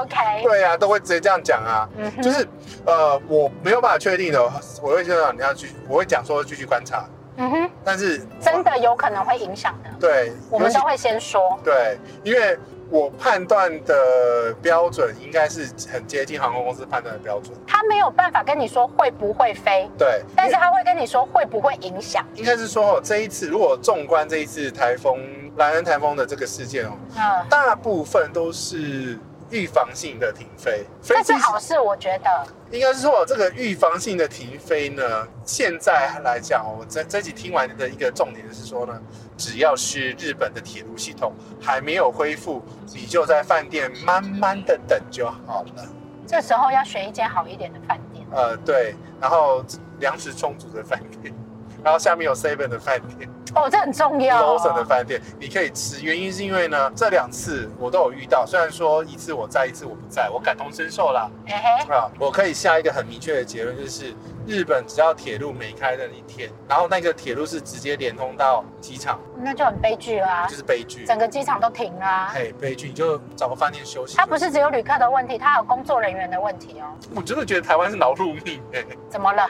S2: OK，
S3: 对啊，都会直接这样讲啊。
S2: 嗯哼
S3: 就是呃，我没有办法确定的，我会就让你要去，我会讲说继续观察，
S2: 嗯哼，
S3: 但是
S2: 真的有可能会影响的，
S3: 对，
S2: 我
S3: 尤
S2: 们
S3: 其
S2: 都会先说。
S3: 对，因为我判断的标准应该是很接近航空公司判断的标准，
S2: 他没有办法跟你说会不会飞，
S3: 对，
S2: 但是他会跟你说会不会影响。
S3: 应该是说哦，这一次如果纵观这一次台风莱恩台风的这个事件哦，
S2: 嗯，
S3: 大部分都是预防性的停飞，飞
S2: 这
S3: 机
S2: 是好事，我觉得。
S3: 应该是说哦这个预防性的停飞呢，现在来讲哦，我这这集听完的一个重点是说呢，只要是日本的铁路系统还没有恢复，你就在饭店慢慢的等就好了。
S2: 这时候要选一间好一点的饭店。
S3: 呃，对，然后粮食充足的饭店， 然后下面有 Seven 的饭店。
S2: 哦，这很重要、
S3: l o
S2: 哦。
S3: s o n 的饭店，你可以吃。原因是因为呢，这两次我都有遇到，虽然说一次我在，一次我不在，我感同身受啦。
S2: 哎嘿，
S3: 啊，我可以下一个很明确的结论，就是日本只要铁路没开的一天，然后那个铁路是直接连通到机场，
S2: 那就很悲剧啦、
S3: 就是悲剧。
S2: 整个机场都停啊啦、
S3: 嘿，悲剧，你就找个饭店休息。
S2: 它不，是只有旅客的问题，它还有工作人员的问题哦。
S3: 我真的觉得台湾是劳碌命哎、
S2: 怎么了？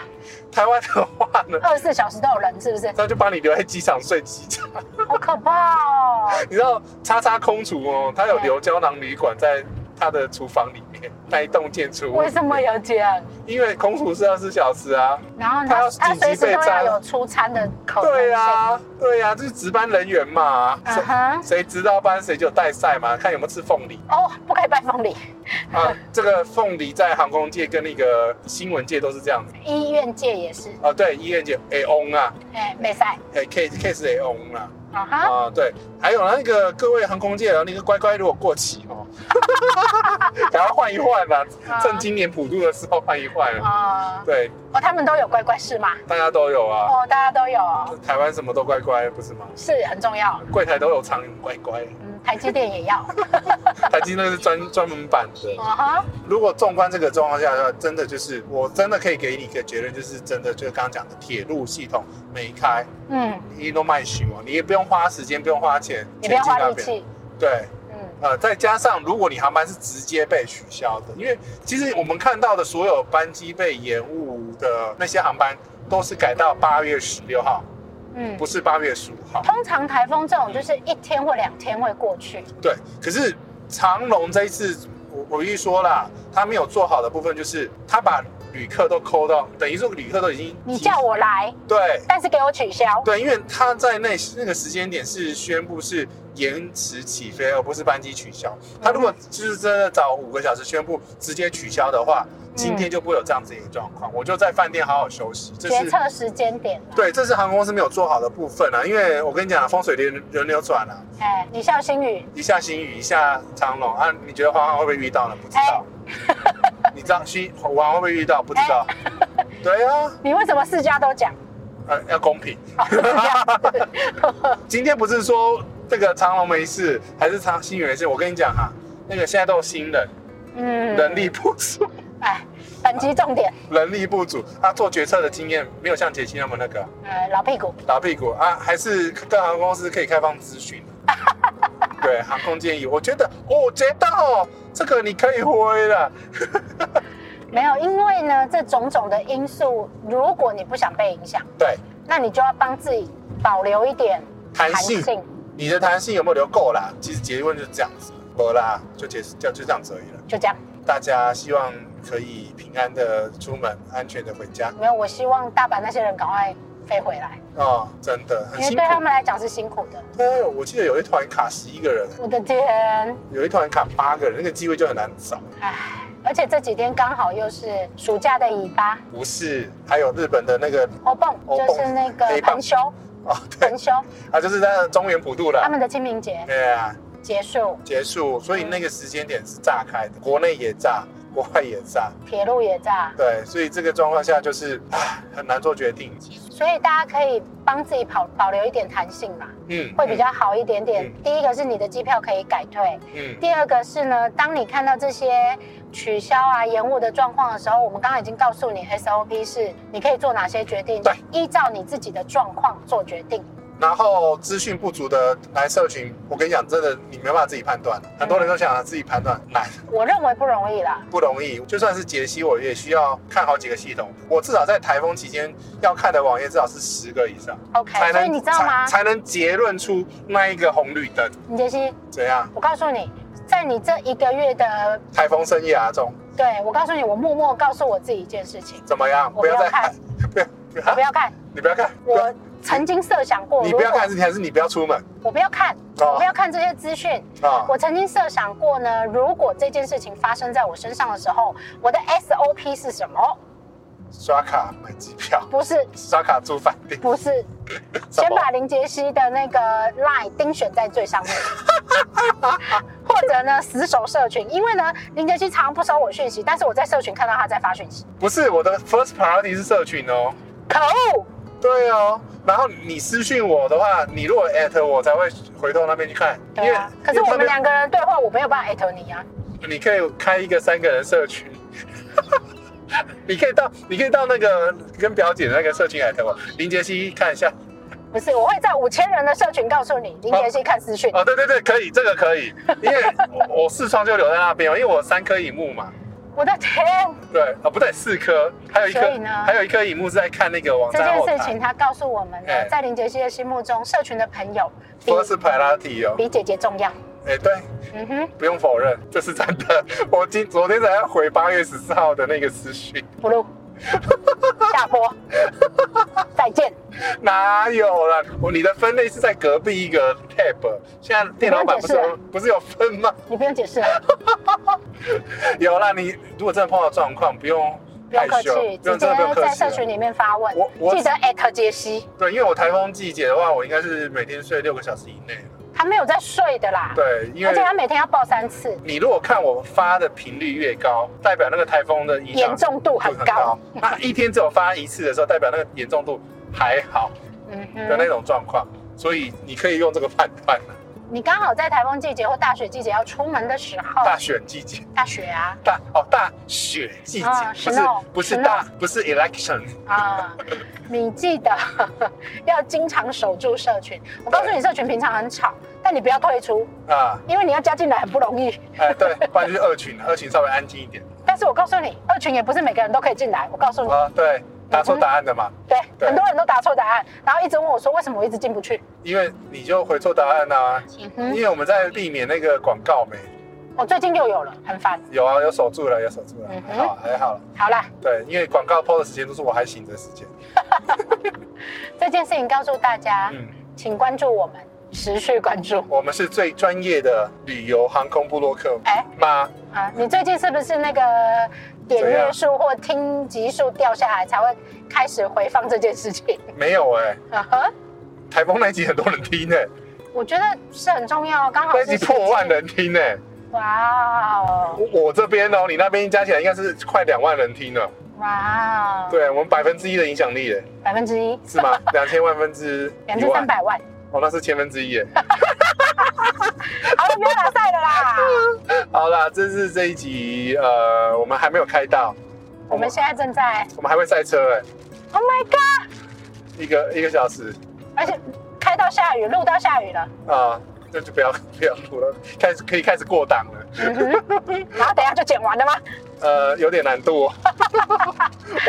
S3: 台湾的话呢，
S2: 二十四小时都有人，是不是？
S3: 他就把你留在机场睡机场。
S2: 好可怕哦！
S3: 你知道叉叉空厨哦，他有留胶囊旅馆在他的厨房里面那一栋建筑物。
S2: 为什么有这样？
S3: 因为空厨是二十四小时啊。
S2: 然后
S3: 它
S2: 它
S3: 要
S2: 它
S3: 紧急
S2: 随时
S3: 备
S2: 都
S3: 战
S2: 要有出餐的可能性。
S3: 对啊，对啊，就是值班人员嘛。谁
S2: 嗯哼。
S3: 谁值到班谁就带赛嘛，看有没有吃凤梨
S2: 哦，不可以拜凤梨，
S3: 啊。这个凤梨在航空界跟那个新闻界都是这样子
S2: 医院界也是，
S3: 啊。对，医院界 A on 啊，
S2: 哎，没赛。
S3: 哎 case case A on 啊
S2: 啊哈，
S3: 啊对，还有那个各位航空界啊，那个乖乖如果过期哦， 然后换一换啦、
S2: 啊
S3: 趁今年普渡的时候换一换啊。
S2: 哦，
S3: 对，
S2: 哦，他们都有乖乖事嘛？
S3: 大家都有啊，
S2: 哦，大家都有哦，
S3: 台湾什么都乖乖不是吗？
S2: 是很重要。
S3: 柜台都有苍蝇乖乖。
S2: 嗯，台积电也 要。
S3: 台积那个是专专门版的。
S2: 啊哈，
S3: 如果纵观这个状况下的话，真的就是我真的可以给你一个结论，就是真的就是刚刚讲的铁路系统没开，
S2: 嗯，
S3: 你都卖行哦，你也不用花时间，不用花钱，
S2: 你不要花
S3: 前
S2: 力
S3: 进那边。
S2: 气。
S3: 对，
S2: 嗯。
S3: 呃，再加上如果你航班是直接被取消的，因为其实我们看到的所有班机被延误的那些航班，都是改到八月十六号。
S2: 嗯
S3: 不，是八月十五号。
S2: 通常台风这种就是一天或两天会过去，
S3: 对，可是长龙这一次，我我一说啦，他没有做好的部分就是他把旅客都抠到，等于说旅客都已经
S2: 你叫我来，
S3: 对
S2: 但是给我取消。
S3: 对，因为他在那那个时间点是宣布是延迟起飞，而不是班机取消。他如果
S2: 嗯
S3: 就是真的早五个小时宣布直接取消的话，
S2: 嗯
S3: 今天就不会有这样子的一个状况。我就在饭店好好休息，这
S2: 决
S3: 是
S2: 策时间点啦，
S3: 对，这是航空公司没有做好的部分啊。因为我跟你讲，风水轮轮流转啊，
S2: 哎，你笑星宇，
S3: 一下新宇，一下长龙啊，你觉得黄航会不会遇到呢？不知道。你知道新黄航会不会遇到？不知道。对啊，
S2: 你为什么四家都讲？
S3: 呃，要公平。
S2: 哦是这样子
S3: 今天不是说这个长龙没事，还是长新宇没事？我跟你讲哈、那个现在都有新人，
S2: 嗯
S3: 人力不足，
S2: 哎，本集重点，
S3: 人力不足啊，做决策的经验没有像杰西那么那个
S2: 呃，老屁股，
S3: 打屁股啊，还是各航空公司可以开放咨询。对，航空建议，我觉得，我觉得哦，这个你可以挥了。
S2: 没有，因为呢，这种种的因素，如果你不想被影响，
S3: 对，
S2: 那你就要帮自己保留一点
S3: 弹性
S2: 弹性
S3: 你的弹性有没有留够啦？其实结论就是这样子，够啦，就结就就这样子而已了。
S2: 就这样。
S3: 大家希望可以平安的出门，安全的回家
S2: 没有，我希望大阪那些人赶快飞回来，
S3: 哦，真的
S2: 因
S3: 很
S2: 为
S3: 辛苦
S2: 对。他们来讲是辛苦的。
S3: 对，我记得有一团卡十一个人，
S2: 我的天，
S3: 有一团卡八个人，那个机会就很难找。
S2: 唉，而且这几天刚好又是暑假的尾巴，
S3: 不是，还有日本的那个
S2: 欧蹦
S3: 欧蹦
S2: 就是那个
S3: 哦黑棒
S2: 盆休，
S3: 哦， 对
S2: 盆休，
S3: 啊，就是在中原普渡
S2: 他
S3: 啦。
S2: 们的清明节
S3: 对啊，
S2: 结束，
S3: 结束，所以那个时间点是炸开的，国内也炸，国外也炸。
S2: 铁路也炸，
S3: 对，所以这个状况下就是，唉，很难做决定。
S2: 所以大家可以帮自己保保留一点弹性嘛，
S3: 嗯，
S2: 会比较好一点点。
S3: 嗯
S2: 第一个是你的机票可以改退，
S3: 嗯。
S2: 第二个是呢，当你看到这些取消啊、延误的状况的时候，我们刚刚已经告诉你 SOP 是你可以做哪些决定
S3: 对，
S2: 依照你自己的状况做决定。
S3: 然后资讯不足的来社群，我跟你讲，真的你没办法自己判断，很多人都想自己判断难
S2: 我认为不容易啦，
S3: 不容易。就算是解析，我也需要看好几个系统，我至少在台风期间要看的网页至少是十个以上，
S2: OK，所以哎你知道吗
S3: 才？才能结论出那一个红绿灯
S2: 你杰西，
S3: 怎样。
S2: 我告诉你，在你这一个月的，
S3: 台风生意啊，中
S2: 对我告诉你，我默默告诉我自己一件事情，
S3: 怎么样？
S2: 我
S3: 不要
S2: 不要
S3: 再
S2: 看，
S3: 不要，不
S2: 我不
S3: 要，
S2: 要看。
S3: 你不要看，不要
S2: 我曾经设想过，
S3: 啊你
S2: 如
S3: 不要
S2: 果
S3: 看，还是你不要出门
S2: 我不要看，
S3: 哦
S2: 我不要看这些资讯。
S3: 啊？
S2: 我曾经设想过呢，如果这件事情发生在我身上的时候，我的 SOP 是什么？
S3: 刷卡买机票，
S2: 不是，
S3: 刷卡住饭店，
S2: 不是，
S3: 什
S2: 先
S3: 么
S2: 把林杰西的那个 line 钉选在最 上面，或者呢死守社群，因为呢林杰西常不收我讯息，但是我在社群看到他在发讯息，
S3: 不是我的 first priority 是社群哦。
S2: 可恶！
S3: 对哦，然后你私讯我的话，你如果 at 我才会回头那边去看，
S2: 对啊，可是
S3: 因
S2: 我
S3: 为那
S2: 们
S3: 边
S2: 两个人对话，我没有办法艾特你啊。
S3: 你可以开一个三个人社群， 你可以到你可以到那个跟表姐的那个社群 at 我，林杰西看一下。
S2: 不是，我会在五千人的社群告诉你，林杰西看私讯。
S3: 哦，对对对，可以，这个可以，因为我 我视窗就留在那边，哦因为我三颗荧幕嘛。
S2: 我的天，
S3: 对，啊、不对，四颗，还有一颗
S2: 所以呢，
S3: 还有一颗荧幕是在看那个网
S2: 这
S3: 站后
S2: 件
S3: 台。
S2: 事情他告诉我们
S3: 哎
S2: 了，在林杰西的心目中，社群的朋友比
S3: first priority 哦，
S2: 比姐姐重要。
S3: 哎，对，
S2: 嗯哼，
S3: 不用否认，这是真的。我今昨天才要回八月十四号的那个私讯，
S2: 不录，下播，再见。
S3: 哪有啦？我你的分类是在隔壁一个 tab，现在店老板不是
S2: 你不用
S3: 有不是有分吗？
S2: 你不用解释了，
S3: 有啦，你如果真的碰到状况，不用
S2: 不用
S3: 害
S2: 客
S3: 羞，
S2: 气，
S3: 不
S2: 直
S3: 用真的不用
S2: 接
S3: 客
S2: 在
S3: 气
S2: 社
S3: 了。
S2: 群里面发问
S3: 我。我
S2: 记得艾特杰西，
S3: 对，因为我台风季节的话，我应该是每天睡六个小时以内。
S2: 他没有在睡的啦，
S3: 对，因为
S2: 而且他每天要报三次，
S3: 你如果看我发的频率越高，代表那个台风的影响
S2: 严重度很
S3: 很
S2: 高
S3: 高。。那一天只有发一次的时候，代表那个严重度还好
S2: 嗯
S3: 的那
S2: 哼，
S3: 种状况，所以你可以用这个判断啊。
S2: 你刚好在台风季节或大雪季节要出门的时候，
S3: 大选季节，
S2: 大雪啊
S3: 大哦大雪季节
S2: 啊，
S3: 不是
S2: snow，
S3: 不是
S2: snow
S3: 大不是 election，
S2: 啊，你记得要经常守住社群。我告诉你，社群平常很吵，但你不要退出，
S3: 啊，
S2: 因为你要加进来很不容易。
S3: 哎对，不然就是二群，二群稍微安静一点
S2: 嗯但是我告诉你，二群也不是每个人都可以进来。我告诉你，
S3: 啊，对，答错答案的嘛，
S2: 对，
S3: 对
S2: 很多人都答错答案，然后一直问我说为什么我一直进不去。
S3: 因为你就回错答案啊。
S2: 嗯
S3: 因
S2: 哼，
S3: 为我们在避免那个广告没
S2: 我最近又有了，很烦。
S3: 有啊，有守住了，有守住了，
S2: 嗯哼
S3: 还好还好。
S2: 好啦，
S3: 对，因为广告 PO 的时间都是我还醒的时间。
S2: 这件事情告诉大家，
S3: 嗯，
S2: 请关注我们，持续关注。
S3: 我们是最专业的旅游航空部落客
S2: 哎
S3: 吗？
S2: 啊，你最近是不是那个点阅数或听集数掉下来，才会开始回放这件事情？
S3: 没有哎、
S2: 啊哈，
S3: 台风那一集很多人听呢、
S2: 我觉得是很重要，刚好
S3: 那一
S2: 是
S3: 集
S2: 时机
S3: 破万。人听呢、
S2: 哇哦，
S3: 我我这边哦，你那边加起来应该是快两万人听了。
S2: 哇哦，，
S3: 对我们百分之一的影响力嘞，
S2: 百分之一，
S3: 是吗？两千万分之
S2: 两
S3: 一
S2: 千三
S3: 万，
S2: 百万。
S3: 哦，那是千分之一耶。
S2: 好了，不要打赛了 啦，
S3: 好啦，这是这一集，呃，我们还没有开到，
S2: 我们现在正在
S3: 我们还会赛车哎、
S2: ，Oh my God！
S3: 一个一个小时
S2: 而且开到下雨，录到下雨了，
S3: 啊，那就不要 不要录了，开始可以开始过档了，
S2: 嗯哼， 然后等一下就剪完了吗？
S3: 呃，有点难 度、哦，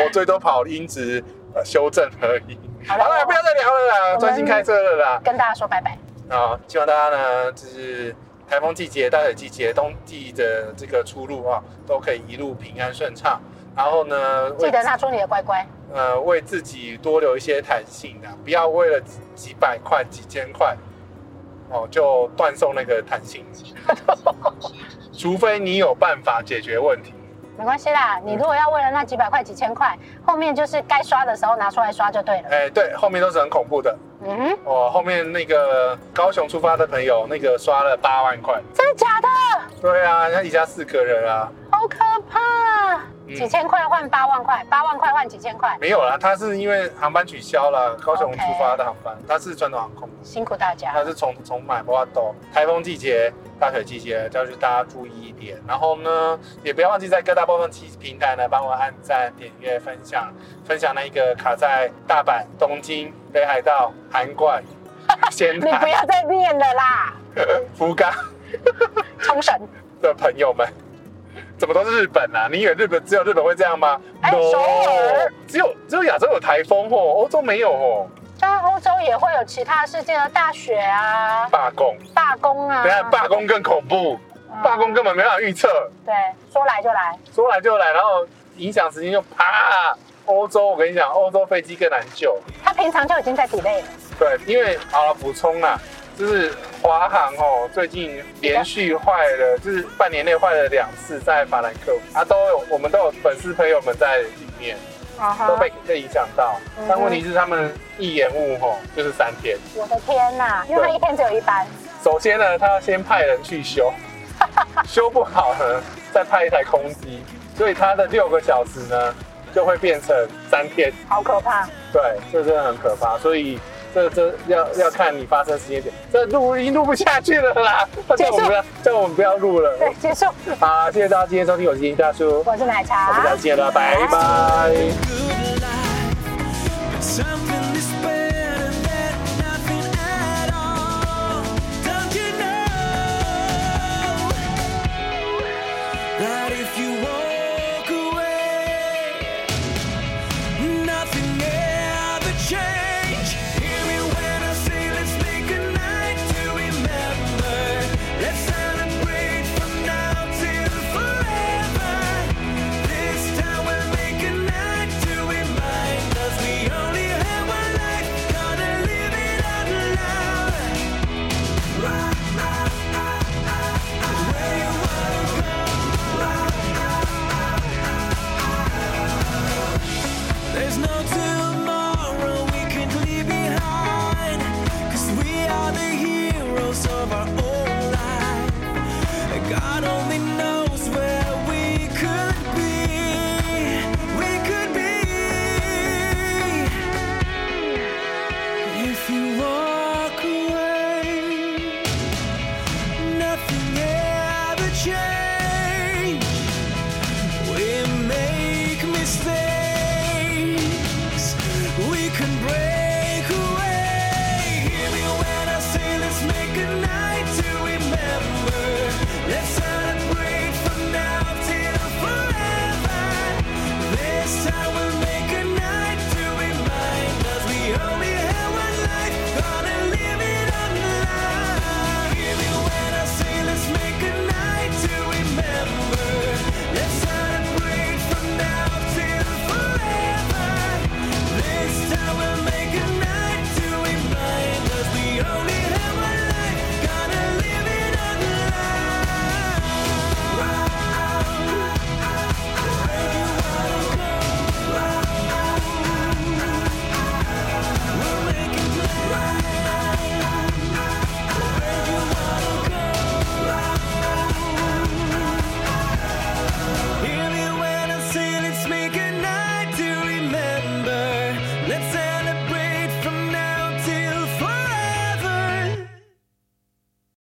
S3: 我最多跑音质、呃、修正而已。
S2: 好
S3: 好
S2: 了
S3: 了，不要再聊了啦，专心开车了啦。
S2: 跟大家说拜拜。
S3: 啊，希望大家呢，就是台风季节、大雪季节、冬季的这个出入啊，都可以一路平安顺畅。然后呢，
S2: 记
S3: 为
S2: 得拿出你的乖乖。
S3: 呃为自己多留一些弹性啊，不要为了几几百块、几千块哦就断送那个弹 性，除非你有办法解决问题。
S2: 没关系啦，你如果要为了那几百块、几千块，后面就是该刷的时候拿出来刷就对了。
S3: 哎，对，后面都是很恐怖的。
S2: 嗯哼，
S3: 哦，后面那个高雄出发的朋友，那个刷了八万块。
S2: 真的假的？
S3: 对啊，他一家四个人啊。
S2: 好可怕！
S3: 嗯
S2: 几千块换八万块，八万块换几千块，
S3: 没有啦，他是因为航班取消了，高雄出发的航班，他是传统航空，
S2: 辛苦大家
S3: 他。是从从买不到。台风季节、大雪季节，要去大家注意一点。然后呢，也不要忘记在各大播放器平台呢，帮我按赞、点阅、分享，分享那一个卡在大阪、东京、北海道、韩冠、仙
S2: 你不
S3: 台、
S2: 要再念了啦，
S3: 福冈
S2: 冲绳！
S3: 的朋友们。怎么都是日本啊？你以为日本只有日本会这样吗
S2: 哎首尔
S3: 只有只有亚洲有台风哦，欧洲没有哦，
S2: 当然，欧洲也会有其他事件啊，大雪啊，
S3: 罢工。
S2: 罢工啊。
S3: 等一下罢工更恐怖，
S2: 嗯
S3: 罢工根本没办法预测，
S2: 对，说来就来。
S3: 说来就来，然后影响时间就啪。欧洲，我跟你讲，欧洲飞机更难救。
S2: 他平常就已经在 delay 了，
S3: 对，因为好了，补充啦，就是华航哦，最近连续坏了，就是半年内坏了两次在法兰克福啊，都有我们都有粉丝朋友们在里面，
S2: 啊哈
S3: 都被被影响到
S2: 嗯哼。
S3: 但问题是他们一延误吼，就是三天。
S2: 我的天呐、因为他一天只有一班，
S3: 首先呢，他要先派人去 修，修不好呢，再派一台空机，所以他的六个小时呢，就会变成三天。
S2: 好可怕。
S3: 对，这真的很可怕。所以这这要要看你发生时间点。这录音录不下去了 啦，
S2: 结
S3: 叫
S2: 束
S3: 我们不要叫我们不要录了。
S2: 对，结束。
S3: 好，谢谢大家今天收听，我是金大叔，
S2: 我是奶
S3: 我
S2: 茶
S3: 们再。见了，拜拜。
S4: good life. But Something is better than nothing at all. Don't you know that if you walk away, nothing ever changes.